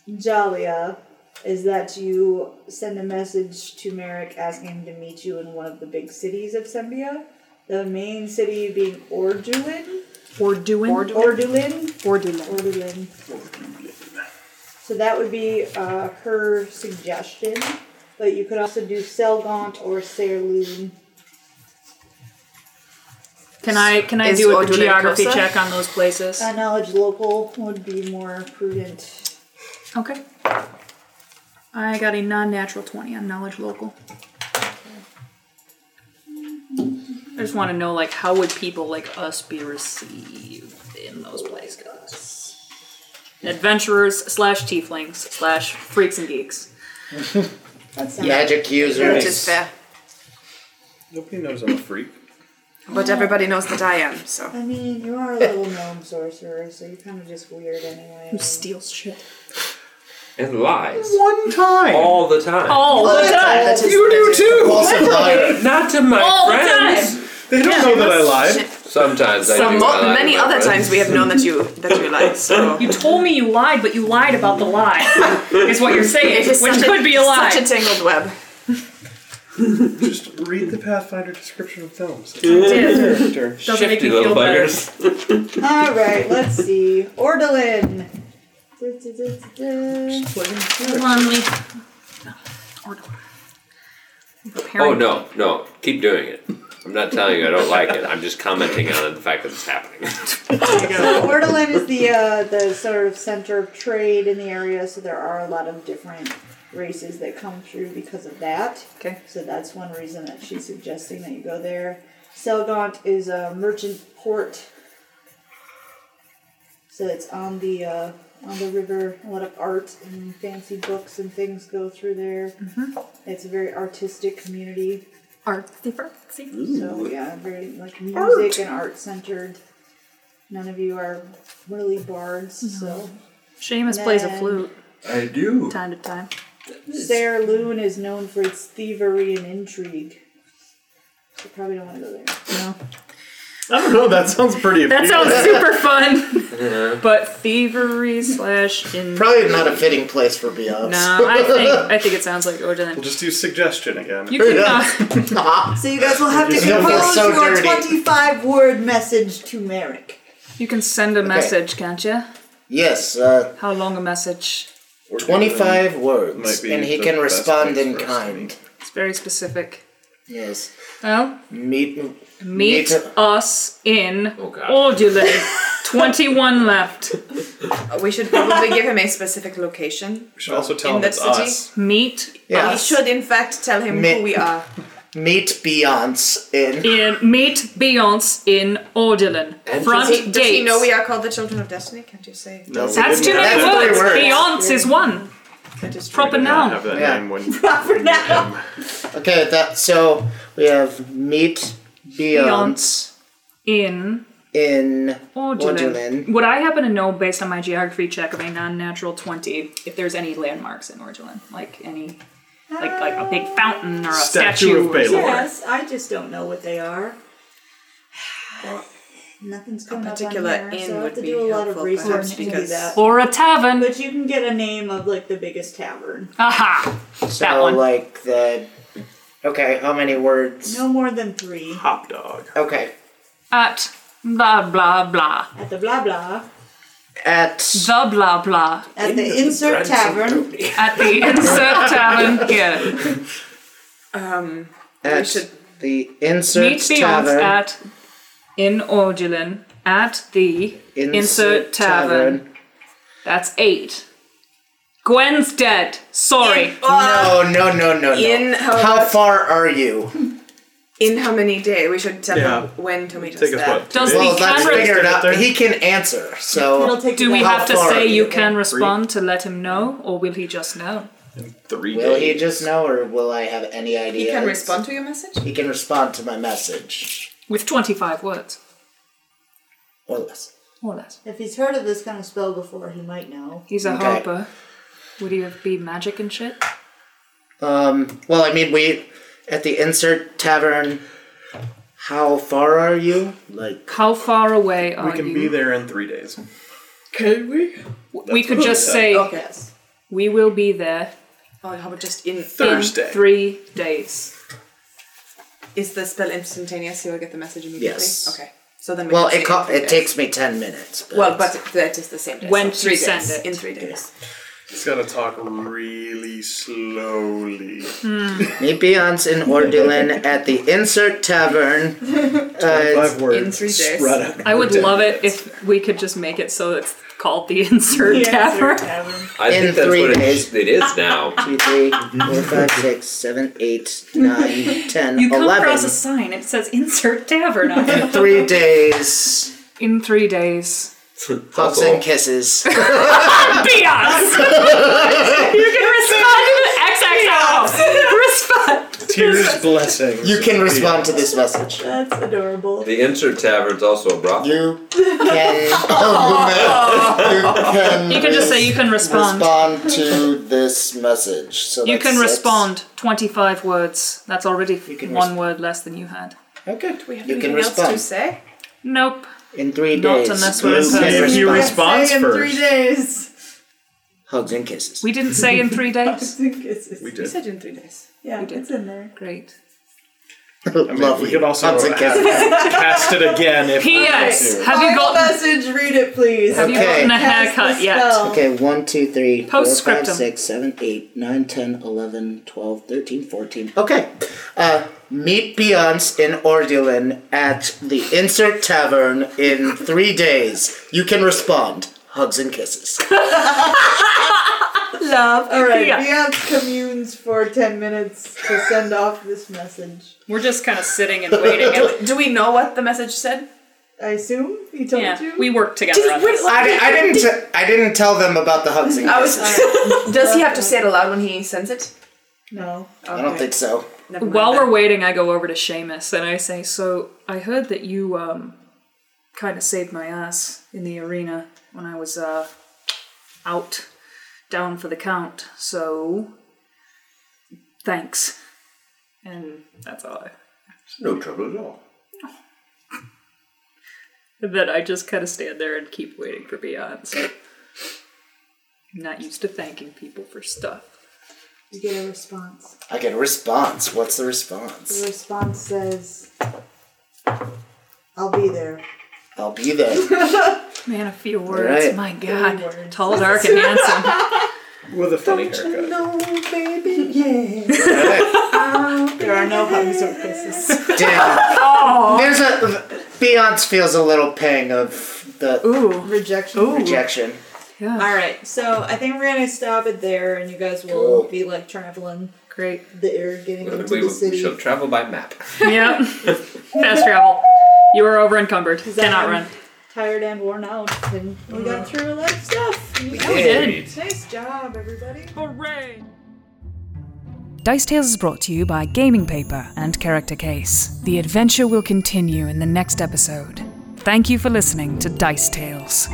S2: Jalia is that you send a message to Merrick asking him to meet you in one of the big cities of Sembia. The main city being Orduin.
S3: Or doing.
S2: Orduin.
S3: Or doing.
S2: Orduin. So that would be uh, her suggestion. But you could also do Selgaunt or Serloon.
S3: Can I can I
S4: Is
S3: do a
S4: Orduin
S3: geography
S4: Cosa?
S3: check on those places?
S2: Uh, knowledge local would be more prudent.
S3: Okay. I got a non-natural twenty on knowledge local. I just want to know, like, how would people like us be received in those places? Adventurers slash tieflings slash freaks and geeks.
S2: That's not
S9: Magic
S4: Which
S9: users.
S4: is fair.
S7: Nobody knows I'm a freak.
S4: But everybody knows that I am, so.
S2: I mean, you are a little gnome sorcerer, so you're kind of just weird anyway.
S3: Who steals shit?
S5: and lies
S7: One time.
S5: all the time.
S3: All the time.
S4: That is-
S7: You do too.
S9: Impulsive liar.
S5: Not to my
S3: All the
S5: friends.
S3: time.
S7: They don't know that I lied.
S5: Sometimes I do. I
S4: Some mo-
S5: lie to
S4: many
S5: my
S4: other
S5: friends.
S4: times we have known that you that you lie. So
S3: You told me you lied, but you lied about the lie. is what you're saying,
S4: It is
S3: which
S4: such
S3: could be a lie.
S4: Such a tangled web.
S7: Just read the Pathfinder description of films. Character.
S3: Doesn't make
S5: Shifty
S3: me
S5: little
S3: feel better.
S5: buggers.
S2: All right, let's see. Ordolin. Du- du- du- du- du.
S3: Hold on, let me. Or- I'm preparing-
S5: Oh no, no, keep doing it. I'm not telling you I don't like it. I'm just commenting on the fact that it's happening.
S2: So Ordolin is the uh, the sort of center of trade in the area, so there are a lot of different races that come through because of that.
S3: Okay.
S2: So that's one reason that she's suggesting that you go there. Selgaunt is a merchant port. So it's on the uh, on the river. A lot of art and fancy books and things go through there. It's a very artistic community. So yeah, very like music and art centered. None of you are really bards, so
S3: Seamus plays a
S2: Then-
S3: flute
S10: I do.
S3: time to time.
S2: Sarah Loon is known for its thievery and intrigue. So probably don't want to go there.
S7: I don't know. That sounds pretty.
S3: That
S7: appealing.
S3: sounds super fun. but thievery slash in. No,
S9: Probably not a fitting place for Beyonce.
S3: I think I think it sounds like Ordin.
S7: We'll just Ah, do suggestion again.
S3: You can uh,
S2: So you guys will have to
S9: It's gonna feel
S2: compose
S9: so
S2: your
S9: dirty.
S2: twenty-five word message to Merrick.
S3: you can send a message, can't you?
S9: Yes, uh,
S3: How long a message?
S9: 25
S7: Might
S9: words,
S7: be
S9: and he
S7: the
S9: can
S7: best
S9: respond
S7: place
S9: in
S7: for us to
S9: kind.
S7: meet.
S3: It's very specific.
S9: Yes.
S3: Well,
S9: Meet.
S3: meet us in
S5: Oh, God.
S3: Ordulate. Twenty-one left.
S4: Uh, We should probably give him a specific location.
S7: We should also tell
S4: in
S7: him
S4: that
S7: it's
S4: city?
S7: us.
S3: Meet
S9: Yeah.
S4: We should, in fact, tell him
S9: Me-
S4: who we are.
S9: Meet Beyonce in.
S3: in meet Beyonce in Ordulin. Front
S4: Does he,
S3: gate.
S4: does he know we are called the Children of Destiny? Can't you say?
S7: No, we
S3: That's too
S7: didn't
S3: many
S9: That's three
S3: words.
S9: words.
S3: Beyonce is one.
S4: Can't you say-
S7: have- we
S3: Proper
S7: did not
S3: noun.
S7: Have that
S9: Yeah.
S7: name when
S2: Proper now.
S9: Okay, that so we have meet Beyonce
S3: In
S9: in
S3: Orgelin.
S9: Orgelin.
S3: Would I happen to know, based on my geography check of a non-natural twenty, if there's any landmarks in Orgelin, like any, like like a big fountain or a
S7: Statue
S3: statue?
S7: of
S3: or
S7: Baylor.
S3: something?
S2: Yes, I just don't know what they are. Nothing's coming
S4: particular
S2: up on here,
S4: inn
S2: so I
S4: would
S2: have to
S4: be
S2: do a lot of
S4: helpful,
S2: research
S4: perhaps,
S2: to do
S4: because-
S2: that.
S3: Or a tavern.
S2: But you can get a name of like the biggest tavern.
S3: Aha! that
S9: So
S3: one.
S9: like the okay, how many words?
S2: No more than three.
S7: Hop dog.
S9: Okay,
S3: At blah blah blah.
S2: At the blah blah.
S9: at
S3: The blah blah.
S2: At the insert tavern.
S3: At the insert tavern here.
S4: Um,
S9: at
S4: should-
S9: the insert
S3: Meet Beyonce
S9: tavern.
S3: at in Orgelin at the insert, tavern. That's eight. Gwen's dead. Sorry.
S9: No, no, no, no, no.
S4: In how
S9: how
S4: about-
S9: far are you?
S4: in how many days? We should tell
S7: Yeah.
S4: him when Tommy does
S7: Take us
S4: that.
S7: what?
S3: Does
S7: two days?
S3: the
S9: Well, that's
S3: camera?
S9: figured out.
S7: There.
S9: He can answer. So
S2: It'll take
S3: Do
S2: you
S3: we
S2: that
S9: How
S3: have to
S9: far?
S3: say you can respond to let him know, or will he just know?
S7: Three
S9: will he
S7: days.
S9: just know, or will I have any idea?
S4: He can respond to your message.
S9: He can respond to my message
S3: With 25 words,
S9: or less.
S3: more or less.
S2: If he's heard of this kind of spell before, he might know.
S3: He's a
S9: Okay.
S3: harper. Would he be magic and shit?
S9: Um. Well, I mean, we at the insert tavern. How far are you? Like
S3: How far away are
S7: We can
S3: you?
S7: be there in three days.
S4: Could we?
S3: we could just say,
S4: Yes.
S3: we will be there
S4: Oh, how about just in?
S7: Thursday.
S3: in three days.
S4: Is the spell instantaneous? You will get the message immediately.
S9: Yes.
S4: Okay. So then. We
S9: well,
S4: can say in
S9: it co-
S4: three
S9: it
S4: days.
S9: takes me ten minutes. But
S4: Well, but that is the same day.
S3: When
S4: so
S3: to
S4: three
S3: send
S4: days,
S3: it.
S4: in three days.
S7: He's got to talk really slowly.
S9: Hmm. meet Beyonce in Ordelin at the insert tavern. Uh,
S7: Five words.
S4: in three days.
S7: Spread out.
S3: I would love it if we could just make it so it's called the insert
S2: The
S3: tavern.
S2: insert tavern.
S5: I
S9: In
S5: think that's
S9: three
S5: what it-
S9: days.
S5: it is now.
S9: two, three, four, five, six, seven, eight, nine, ten,
S3: You come across a
S9: eleven.
S3: sign, it says insert tavern on it.
S9: Three days.
S3: In three days.
S9: Hugs
S5: Also-
S9: and kisses.
S3: Beyonce! you can respond to the XXL! respond!
S7: Tears blessing.
S9: You can respond to this message.
S2: That's adorable.
S5: The insert tavern's also a brothel.
S9: You can. you can.
S3: You can just say you can respond.
S9: respond to this message. So
S3: You
S9: that's
S3: can
S9: six.
S3: respond 25 words. That's already
S9: can
S3: one
S9: resp-
S3: word less than you had.
S9: Okay.
S4: We have
S9: You
S4: anything
S9: can
S4: else to
S9: respond
S4: say?
S3: Nope.
S9: in three
S3: Not
S9: days.
S3: unless
S9: You
S3: we're
S9: can
S3: in
S7: If you
S9: respond.
S7: respond
S2: Say in three
S7: first,
S2: days.
S9: Hugs and kisses.
S3: We didn't say in three days.
S7: we
S4: You
S7: did.
S4: said in three days.
S2: Yeah, it's in there.
S3: Great.
S9: Lovely.
S7: we could also
S9: hugs and kisses.
S7: cast it again if
S3: P.S.
S7: Okay.
S3: Have you
S2: Final
S3: gotten,
S2: message, read it, please.
S3: have you
S9: Okay.
S3: gotten a
S2: Pass the
S3: haircut yet?
S2: spell.
S9: okay, one, two, three, four, five,
S3: Oh. Postscriptum.
S9: six, seven, eight, nine, 10, 11, 12, 13, 14. Okay. Uh, meet Beyonce in Ordulin at the Insert Tavern in three days. You can respond. Hugs and kisses.
S2: Love. All right,
S3: Yeah.
S2: Beyonce communes for 10 minutes to send off this message.
S3: We're just kind of sitting and waiting.
S4: Do, do we know what the message said?
S2: I assume he told
S3: yeah,
S2: you?
S3: we work together on this.
S9: I, di- I didn't. T- I didn't tell them about the hugs and
S4: I
S9: kisses.
S4: was, does he have to say it aloud when he sends it?
S2: no.
S9: I don't think so.
S4: Never mind
S3: While
S4: then.
S3: we're waiting, I go over to Seamus and I say, "So I heard that you um, kind of saved my ass in the arena when I was uh, out down for the count. So thanks." And that's all. I,
S14: No trouble at all.
S3: and then I just kind of stand there and keep waiting for Beyonce. I'm not used to thanking people for stuff.
S2: You get a response.
S9: I get a response. What's the
S2: The
S4: Mm.
S9: response?
S2: response says, I'll be there.
S9: I'll be there.
S3: Man, a few words.
S9: Right.
S3: My
S2: Few
S3: God,
S2: words.
S3: tall, dark, and handsome.
S7: with a funny haircut.
S2: No, baby, yeah. there are no hugs or kisses.
S9: Damn.
S3: Oh.
S9: There's a. Beyonce feels a little pang of the
S3: Ooh,
S2: Rejection.
S9: rejection.
S2: All right, so I think we're gonna stop it there, and you guys will
S9: Cool.
S2: be like traveling
S3: great.
S2: there, getting into
S5: We,
S2: the
S5: we
S2: city.
S5: shall travel by map.
S3: Yep. Fast travel. You are over encumbered.
S2: that
S3: Cannot
S2: him?
S3: run.
S2: Tired and worn out, and we got through a lot of stuff. Nice job, everybody.
S3: Hooray!
S1: Dice Tales is brought to you by Gaming Paper and Character Case. The adventure will continue in the next episode. Thank you for listening to Dice Tales.